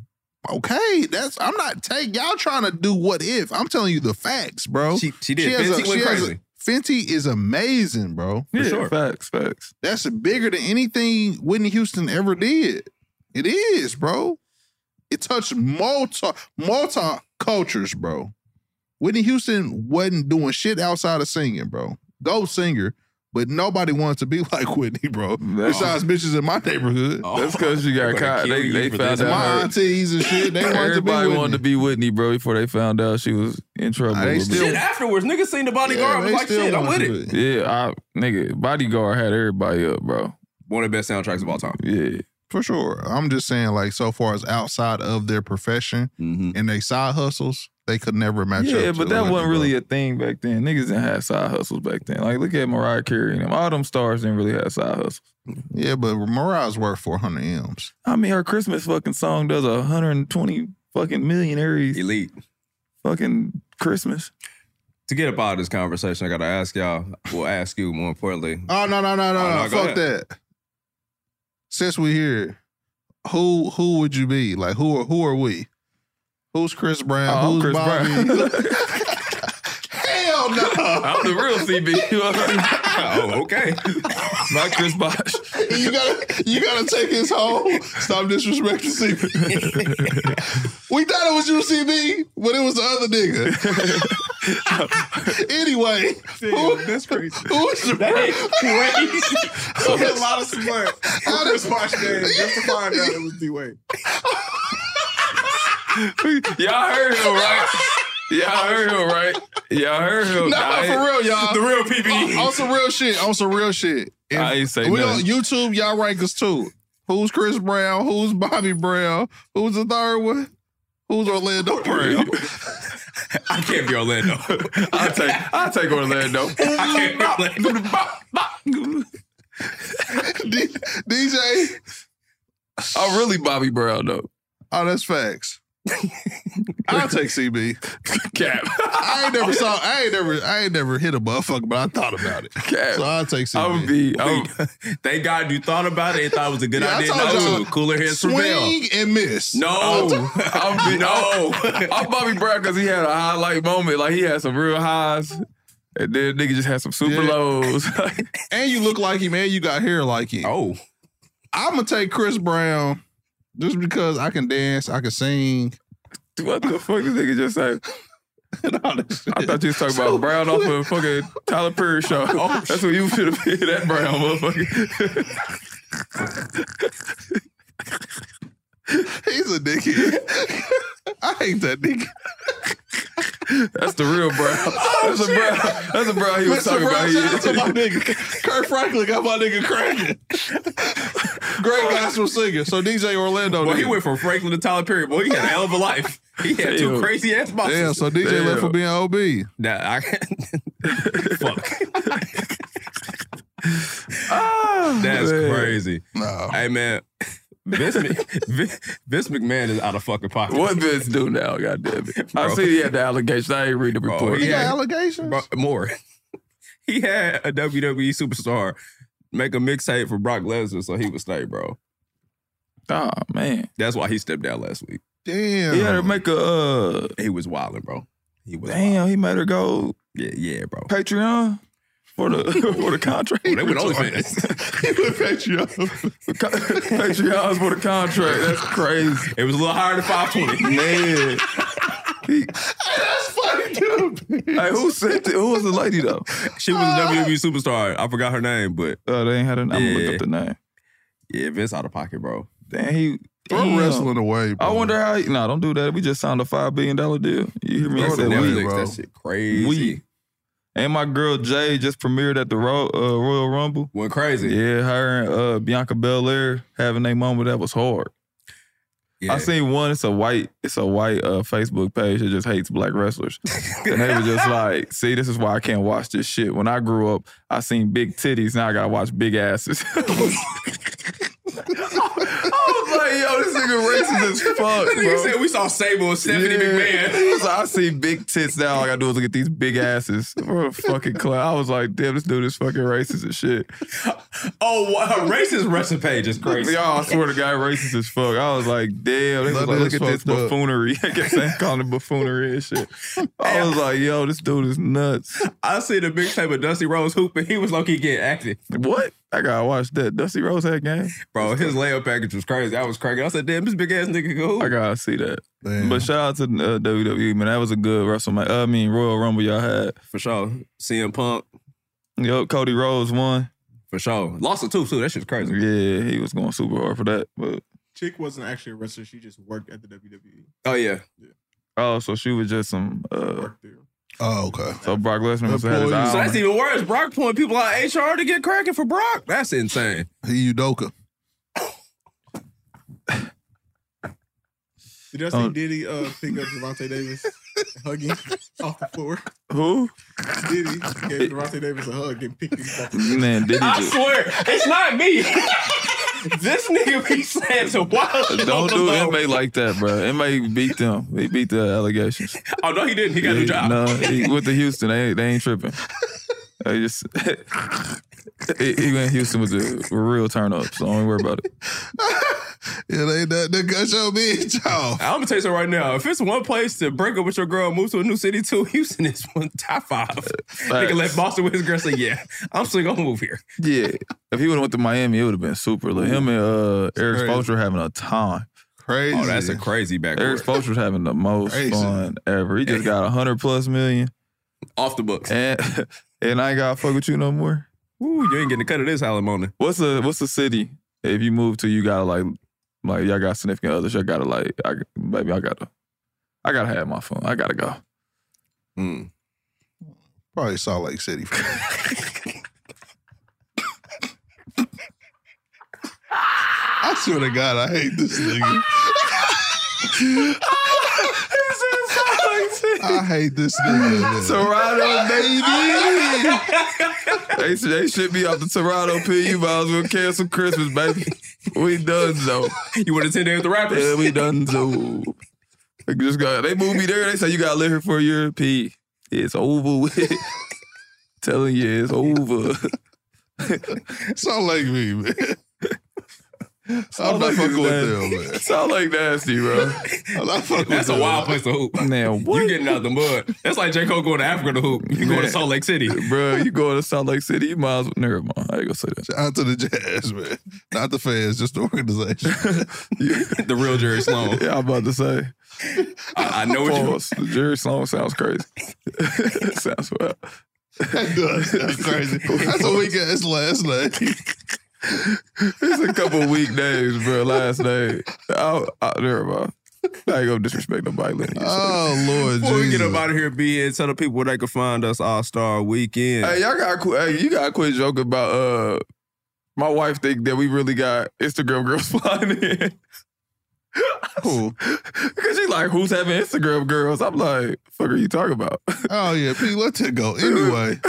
Speaker 4: Okay, that's I'm not take y'all trying to do what if. I'm telling you the facts, bro.
Speaker 2: She she did.
Speaker 4: has
Speaker 2: Fenty
Speaker 4: a-
Speaker 2: went
Speaker 4: she has a-
Speaker 2: crazy.
Speaker 4: Fenty is amazing, bro.
Speaker 3: yeah,
Speaker 2: sure.
Speaker 3: facts, facts.
Speaker 4: That's bigger than anything Whitney Houston ever did. It is, bro. It touched multi multi cultures, bro. Whitney Houston wasn't doing shit outside of singing, bro. Go singer, but nobody wanted to be [LAUGHS] like Whitney, bro.
Speaker 3: No.
Speaker 4: Besides bitches in my neighborhood,
Speaker 2: Oh,
Speaker 3: That's because you got
Speaker 2: we're gonna
Speaker 3: caught.
Speaker 2: kill
Speaker 3: They,
Speaker 2: you
Speaker 3: they
Speaker 2: for
Speaker 3: found
Speaker 2: this.
Speaker 3: out.
Speaker 4: [LAUGHS] my
Speaker 3: her-
Speaker 4: aunties and shit, they wanted to be
Speaker 3: Everybody
Speaker 4: Whitney.
Speaker 3: wanted to be Whitney, bro, before they found out she was in trouble.
Speaker 4: They
Speaker 3: a little
Speaker 4: still-
Speaker 2: Shit, afterwards, niggas seen the bodyguard.
Speaker 4: Yeah,
Speaker 2: was
Speaker 4: they
Speaker 2: like,
Speaker 4: still
Speaker 2: shit, I'm with
Speaker 4: wanted
Speaker 2: it.
Speaker 4: to be.
Speaker 3: yeah, I, nigga, bodyguard had everybody up, bro.
Speaker 2: One of the best soundtracks of all time.
Speaker 3: Yeah,
Speaker 4: For sure. I'm just saying, like, so far as outside of their profession
Speaker 2: Mm-hmm.
Speaker 4: and they side hustles, they could never match up.
Speaker 3: yeah,
Speaker 4: to
Speaker 3: but that
Speaker 4: Whitney,
Speaker 3: wasn't
Speaker 4: bro.
Speaker 3: really a thing back then. Niggas didn't have side hustles back then. Like, look at Mariah Carey and them. All them stars didn't really have side hustles.
Speaker 4: Yeah, but Mariah's worth 400 M's.
Speaker 3: I mean, her Christmas fucking song does a hundred and twenty fucking millionaires
Speaker 2: Elite.
Speaker 3: fucking Christmas.
Speaker 2: To get up out of this conversation, I gotta ask y'all. We'll ask you more importantly.
Speaker 4: Oh, no, no, no, no,
Speaker 2: Oh, no,
Speaker 4: no.
Speaker 2: go
Speaker 4: Fuck that. Since we're here, who who would you be? Like, who are, who are we? Who's Chris Brown?
Speaker 3: Oh, I'm
Speaker 4: Who's
Speaker 3: Chris
Speaker 4: Bobby?
Speaker 3: Brown.
Speaker 4: [LAUGHS] Hell no.
Speaker 3: I'm the real CB.
Speaker 2: oh, okay.
Speaker 3: Not Chris Bosh.
Speaker 4: You gotta, you gotta take his whole. Stop disrespecting CB. we thought it was you, CB, but it was the other nigga. anyway, who,
Speaker 12: [LAUGHS] Damn, that's crazy.
Speaker 4: who's the
Speaker 12: [LAUGHS]
Speaker 2: Crazy.
Speaker 12: So a lot of smart.
Speaker 4: How
Speaker 12: How
Speaker 4: did-
Speaker 12: did Squash game just to find out it was D
Speaker 3: [LAUGHS]
Speaker 12: Wade?
Speaker 3: Y'all heard him, right? Y'all heard him, right? Y'all heard him.
Speaker 4: [LAUGHS] Nah,
Speaker 3: Nah,
Speaker 4: for real, y'all.
Speaker 3: The real PB.
Speaker 4: On,
Speaker 2: Oh,
Speaker 4: on some real shit. On some real shit. If-
Speaker 3: I ain't say
Speaker 4: we
Speaker 3: nothing.
Speaker 4: on YouTube, y'all rank us too. Who's Chris Brown? Who's Bobby Brown? Who's the third one? Who's
Speaker 3: [LAUGHS]
Speaker 4: Orlando
Speaker 2: [LAUGHS]
Speaker 4: Brown?
Speaker 3: I can't be Orlando. I'll take I'll take Orlando. [LAUGHS] I can't be Orlando.
Speaker 4: [LAUGHS] D- DJ?
Speaker 3: I'm really Bobby Brown though.
Speaker 4: Oh, that's
Speaker 3: [LAUGHS]
Speaker 4: facts. I'll take CB.
Speaker 3: Cap.
Speaker 4: I ain't never saw. I ain't never. I ain't never hit a motherfucker, but I thought about it.
Speaker 3: Cap.
Speaker 4: So I'll take
Speaker 3: I
Speaker 4: CB.
Speaker 3: would be I would,
Speaker 2: [LAUGHS] Thank God you thought about it and thought it was a good
Speaker 4: Yeah, I
Speaker 2: idea.
Speaker 4: told
Speaker 2: No,
Speaker 4: y'all,
Speaker 2: cooler heads prevail.
Speaker 4: swing and miss.
Speaker 3: No,
Speaker 2: [LAUGHS]
Speaker 3: I'm,
Speaker 2: No.
Speaker 3: no. I'm Bobby Brown because he had a highlight moment. Like he had some real highs, and then nigga just had some super
Speaker 4: Yeah.
Speaker 3: lows. [LAUGHS]
Speaker 4: and you look like him, and you got hair like him.
Speaker 2: Oh,
Speaker 4: I'm gonna take Chris Brown just because I can dance, I can sing. [LAUGHS]
Speaker 3: what the fuck this nigga just say?
Speaker 4: and all that shit.
Speaker 3: I thought you was talking about Brown off of fucking Tyler Perry
Speaker 4: [LAUGHS]
Speaker 3: show.
Speaker 4: Oh,
Speaker 3: That's what you should have been. That Brown motherfucker.
Speaker 4: He's a dickhead. [LAUGHS] I hate that nigga.
Speaker 3: That's the real Brown. that's a Brown. That's a Brown he was
Speaker 4: Oh, Mr.
Speaker 3: talking
Speaker 4: Brown, shout out to my
Speaker 3: about. He,
Speaker 4: nigga. Kurt Franklin got my nigga cracking. Great gospel singer. So DJ Orlando.
Speaker 2: Boy, he
Speaker 4: nigga.
Speaker 2: went from Franklin to Tyler Perry. Boy, he had a hell of a life. He had two
Speaker 3: Damn.
Speaker 2: crazy ass bosses.
Speaker 4: Damn, so DJ left for being OB.
Speaker 2: Nah, I, [LAUGHS] fuck.
Speaker 3: Ah,
Speaker 2: That's
Speaker 3: man.
Speaker 2: crazy.
Speaker 4: No.
Speaker 2: Hey man, Vince, Mc- Vin- [LAUGHS] Vince McMahon is out of fucking pocket.
Speaker 3: What Vince do now? God damn it! I
Speaker 2: Bro.
Speaker 3: see he had the allegation. I ain't read the
Speaker 2: Bro,
Speaker 3: report.
Speaker 4: He
Speaker 2: Yeah.
Speaker 4: got allegations.
Speaker 2: Bro, more. [LAUGHS] He had a WWE superstar make a mixtape for Brock Lesnar, so he was like, bro.
Speaker 3: Oh man,
Speaker 2: That's why he stepped down last week.
Speaker 4: Damn.
Speaker 3: he had to make a. Uh,
Speaker 2: He was wilding, bro. He was wildin'.
Speaker 3: damn, he made her go
Speaker 2: Yeah, yeah, bro.
Speaker 3: Patreon for the [LAUGHS] for the contract.
Speaker 2: [LAUGHS] Well, they went
Speaker 3: [LAUGHS]
Speaker 2: OnlyFans.
Speaker 4: [LAUGHS] he went Patreon.
Speaker 3: Patreon's for the contract. That's crazy,
Speaker 2: It was a little higher than 520.
Speaker 3: [LAUGHS] man. He,
Speaker 4: That's funny, dude.
Speaker 3: hey, who sent it? Who was the lady though?
Speaker 2: she was a WWE superstar. I forgot her name, but
Speaker 3: Oh, they ain't had a. I'm gonna look
Speaker 2: Yeah.
Speaker 3: up the name.
Speaker 2: yeah, Vince out of pocket, bro.
Speaker 3: Damn, he.
Speaker 4: Throw
Speaker 3: damn.
Speaker 4: wrestling away. Bro.
Speaker 3: I wonder how. No, nah, don't do that. We just signed a five billion dollar deal. You hear me?
Speaker 4: That's
Speaker 3: I said
Speaker 4: a
Speaker 3: we.
Speaker 4: way,
Speaker 2: Netflix,
Speaker 4: bro.
Speaker 2: that shit crazy.
Speaker 3: We. And my girl Jay just premiered at the Ro- uh, Royal Rumble.
Speaker 2: Went crazy.
Speaker 3: Yeah, her and uh, Bianca Belair having a moment that was hard. I seen one. It's a white. It's a white uh, Facebook page that just hates black wrestlers, and they were just like, "See, this is why I can't watch this shit." When I grew up, I seen big titties. Now I gotta watch big asses. [LAUGHS] I was like, "Yo, this nigga racist as fuck,
Speaker 2: That nigga
Speaker 3: bro."
Speaker 2: said we saw Sable and Stephanie McMahon.
Speaker 3: He was like, I see big tits now. All I gotta do is look at these big asses. What a fucking clown. I was like, damn, this dude is fucking racist as shit.
Speaker 2: Oh, wow, her racist wrestling page is crazy.
Speaker 3: Y'all, I swear to God, racist as fuck. I was like, damn. They was
Speaker 4: That
Speaker 3: like, look
Speaker 4: is
Speaker 3: at this
Speaker 4: fucked up.
Speaker 3: buffoonery. [LAUGHS] I guess they calling it buffoonery and shit. I was like, yo, this dude is nuts.
Speaker 2: I seen a mixtape of Dusty Rose hooping. He was low key getting active.
Speaker 3: What? I gotta watch that. Dusty Rose had game.
Speaker 2: Bro, his layup package was crazy. I was cracking. I said, damn, this big ass nigga go. hoop."
Speaker 3: I gotta see that.
Speaker 4: Damn.
Speaker 3: But shout out to uh, WWE, man. That was a good WrestleMania. I mean, Royal Rumble y'all had.
Speaker 2: For sure. CM Punk.
Speaker 3: Yo, Cody Rhodes won.
Speaker 2: For sure. Lost a two, too. That shit's crazy.
Speaker 3: Yeah, he was going super hard for that. But
Speaker 13: Chick wasn't actually a wrestler. She just worked at the E. WWE.
Speaker 2: Oh, yeah.
Speaker 3: Oh, so she was just some. Uh,
Speaker 13: Worked there.
Speaker 4: Oh, okay.
Speaker 3: so Brock Lesnar must have had his
Speaker 4: Employees.
Speaker 3: eye
Speaker 2: So
Speaker 3: on
Speaker 2: that's
Speaker 3: her.
Speaker 2: even worse. Brock pulling people out of HR to get cracking for Brock. That's insane.
Speaker 4: He Udoka.
Speaker 13: Did y'all see
Speaker 3: Um,
Speaker 13: Diddy uh, pick up Javante Davis, hugging [LAUGHS] off the floor?
Speaker 3: Who?
Speaker 13: Diddy gave Javante Davis a hug and picked him up.
Speaker 3: Man, did he
Speaker 2: I [LAUGHS]
Speaker 3: just?
Speaker 2: swear, it's not [LAUGHS] me. this nigga be saying some wild shit. on
Speaker 3: Don't
Speaker 2: the
Speaker 3: do
Speaker 2: low.
Speaker 3: MA like that, bro. MA beat them. They beat the allegations.
Speaker 2: Oh no, he didn't. He got a new
Speaker 3: Yeah,
Speaker 2: job.
Speaker 3: No, he, with the Houston, they, they ain't tripping. They just [LAUGHS] he, he went Houston with the real turn up, so don't worry about it.
Speaker 4: It ain't that nigga show bitch [LAUGHS] off.
Speaker 2: I'm gonna tell you something right now. If it's one place to break up with your girl, and move to a new city too, [LAUGHS] Houston is one top five. Nigga left Boston with his girl. Say, yeah, [LAUGHS] I'm still gonna move here.
Speaker 3: Yeah, if he would have went to Miami, it would have been super. Like him and uh, Eric
Speaker 4: crazy.
Speaker 3: Spoelstra having a time.
Speaker 4: Crazy.
Speaker 2: Oh, that's a crazy
Speaker 3: Eric
Speaker 2: backward.
Speaker 3: Spoelstra's having the most
Speaker 4: Crazy.
Speaker 3: fun ever. He just got a hundred plus million.
Speaker 2: Off the
Speaker 3: [LAUGHS]
Speaker 2: books.
Speaker 3: and and I ain't gotta fuck with you no more.
Speaker 2: Ooh, you ain't getting a cut of this alimony.
Speaker 3: What's a what's a city if you move to you gotta like like y'all got significant others y'all gotta like I, baby I gotta I gotta have my phone I gotta go
Speaker 2: Mm.
Speaker 4: Probably Salt Lake City. for me. I swear to God, I hate this nigga. I hate this nigga. man.
Speaker 3: Toronto,
Speaker 2: [LAUGHS]
Speaker 3: baby. they, should- they should be off the Toronto P. You might as well cancel Christmas, baby. We done so. You want to attend there with the rappers? Yeah, we done so. Like, just got, they moved me there. They say you got to live here for a year, P. It's over with. Telling you, it's over. [LAUGHS]
Speaker 4: Sound like me, man.
Speaker 3: Sound
Speaker 4: not fucking with
Speaker 3: nasty.
Speaker 4: them, man.
Speaker 3: Sound like nasty, bro.
Speaker 4: I'm not fucking with
Speaker 2: That's a
Speaker 4: them.
Speaker 2: wild place to hoop.
Speaker 3: Man,
Speaker 2: You getting out the mud. That's like J. Cole going to Africa to hoop. You going to
Speaker 3: Man.
Speaker 2: Salt Lake
Speaker 3: [LAUGHS]
Speaker 2: City.
Speaker 3: bro, you going to Salt Lake City, you might as well. Never mind. I ain't gonna say
Speaker 4: [LAUGHS]
Speaker 3: that.
Speaker 4: Shout out to the Jazz, man. Not the fans, just the organization.
Speaker 2: [LAUGHS] the real Jerry Sloan.
Speaker 3: Yeah, I'm about to say.
Speaker 2: I, I know what you
Speaker 3: Pause. Jerry Sloan sounds crazy. [LAUGHS] sounds wild.
Speaker 4: That does sound crazy. That's a weak ass last name.
Speaker 3: It's a couple weak names, bro. Last name. I, I, never mind. I ain't gonna disrespect nobody. listening.
Speaker 4: Oh Lord
Speaker 2: Before we get
Speaker 4: Jesus.
Speaker 2: up out of here, B, and tell the people where they can find us All Star Weekend.
Speaker 3: Hey, y'all got qu- hey, you gotta quit joking about uh my wife think that we really got Instagram girls [LAUGHS] flying in. [LAUGHS] Who? Because she's like, who's having Instagram girls? I'm like, fuck are you talking about? [LAUGHS]
Speaker 4: Oh yeah, P, let that go. Anyway.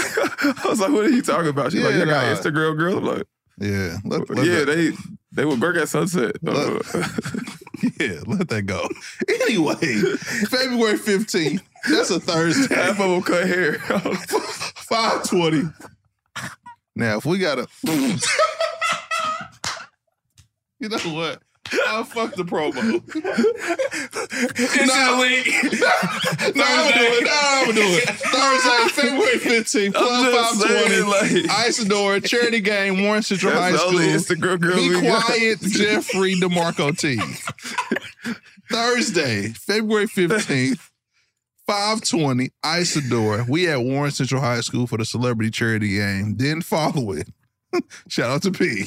Speaker 3: I was like, what are you talking about? She's like,
Speaker 4: Yeah,
Speaker 3: you got
Speaker 4: nah.
Speaker 3: Instagram girls? I'm like,
Speaker 4: Yeah. Let, let
Speaker 3: yeah,
Speaker 4: that,
Speaker 3: they they would work
Speaker 2: [LAUGHS]
Speaker 3: at sunset.
Speaker 4: Look. [LAUGHS] yeah, let that go. Anyway, February 15th. That's a
Speaker 3: [LAUGHS]
Speaker 4: Thursday.
Speaker 3: Half of them cut hair. [LAUGHS]
Speaker 4: 520. Now, if we gotta You know what? I'll fuck
Speaker 3: [LAUGHS]
Speaker 4: the promo.
Speaker 2: Instantly.
Speaker 4: No, I'm gonna do it. No, I'm gonna do it. Thursday, February 15th, Club
Speaker 3: I'm just
Speaker 4: 520.
Speaker 3: saying, like-
Speaker 4: Isadora, charity game, Warren Central
Speaker 3: That's
Speaker 4: High
Speaker 3: the only
Speaker 4: School.
Speaker 3: Instagram girl
Speaker 4: Be
Speaker 3: we got.
Speaker 4: quiet, Jeffrey DeMarco T. Thursday, February 15th. 520 Isadora. We at Warren Central High School for the celebrity charity game. Then follow it. [LAUGHS] Shout out to P.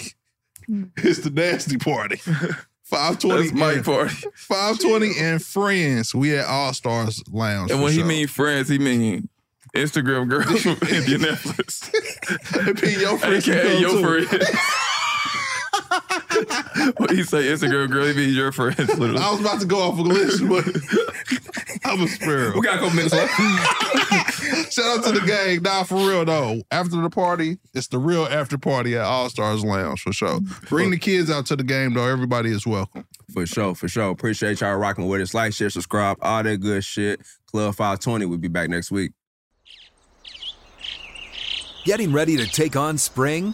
Speaker 4: It's the nasty party. 520
Speaker 3: That's my
Speaker 4: and-
Speaker 3: party.
Speaker 4: 520 and friends. We at All Stars Lounge.
Speaker 3: And
Speaker 4: for
Speaker 3: when he
Speaker 4: sure. [LAUGHS]
Speaker 3: mean friends, he mean
Speaker 2: [LAUGHS]
Speaker 3: Instagram [LAUGHS] girls from Indianapolis.
Speaker 4: It be
Speaker 3: [LAUGHS]
Speaker 4: your friends.
Speaker 3: AKA
Speaker 4: you
Speaker 3: your
Speaker 4: know, too.
Speaker 3: friends. [LAUGHS] when he say Instagram girl, he mean your friends.
Speaker 2: [LAUGHS]
Speaker 3: Literally.
Speaker 4: I was about to go off a list,
Speaker 3: [LAUGHS]
Speaker 4: but [LAUGHS] I'm a sparrow.
Speaker 2: We got a couple minutes left.
Speaker 4: [LAUGHS] Shout out to the gang. Nah, for real though. After the party, it's the real after party at All Stars Lounge for sure. Bring the kids out to the game though. Everybody is welcome.
Speaker 2: For sure, for sure. Appreciate y'all rocking with us. Like, share, subscribe, all that good shit. Club 520, we'll be back next week.
Speaker 5: Getting ready to take on spring?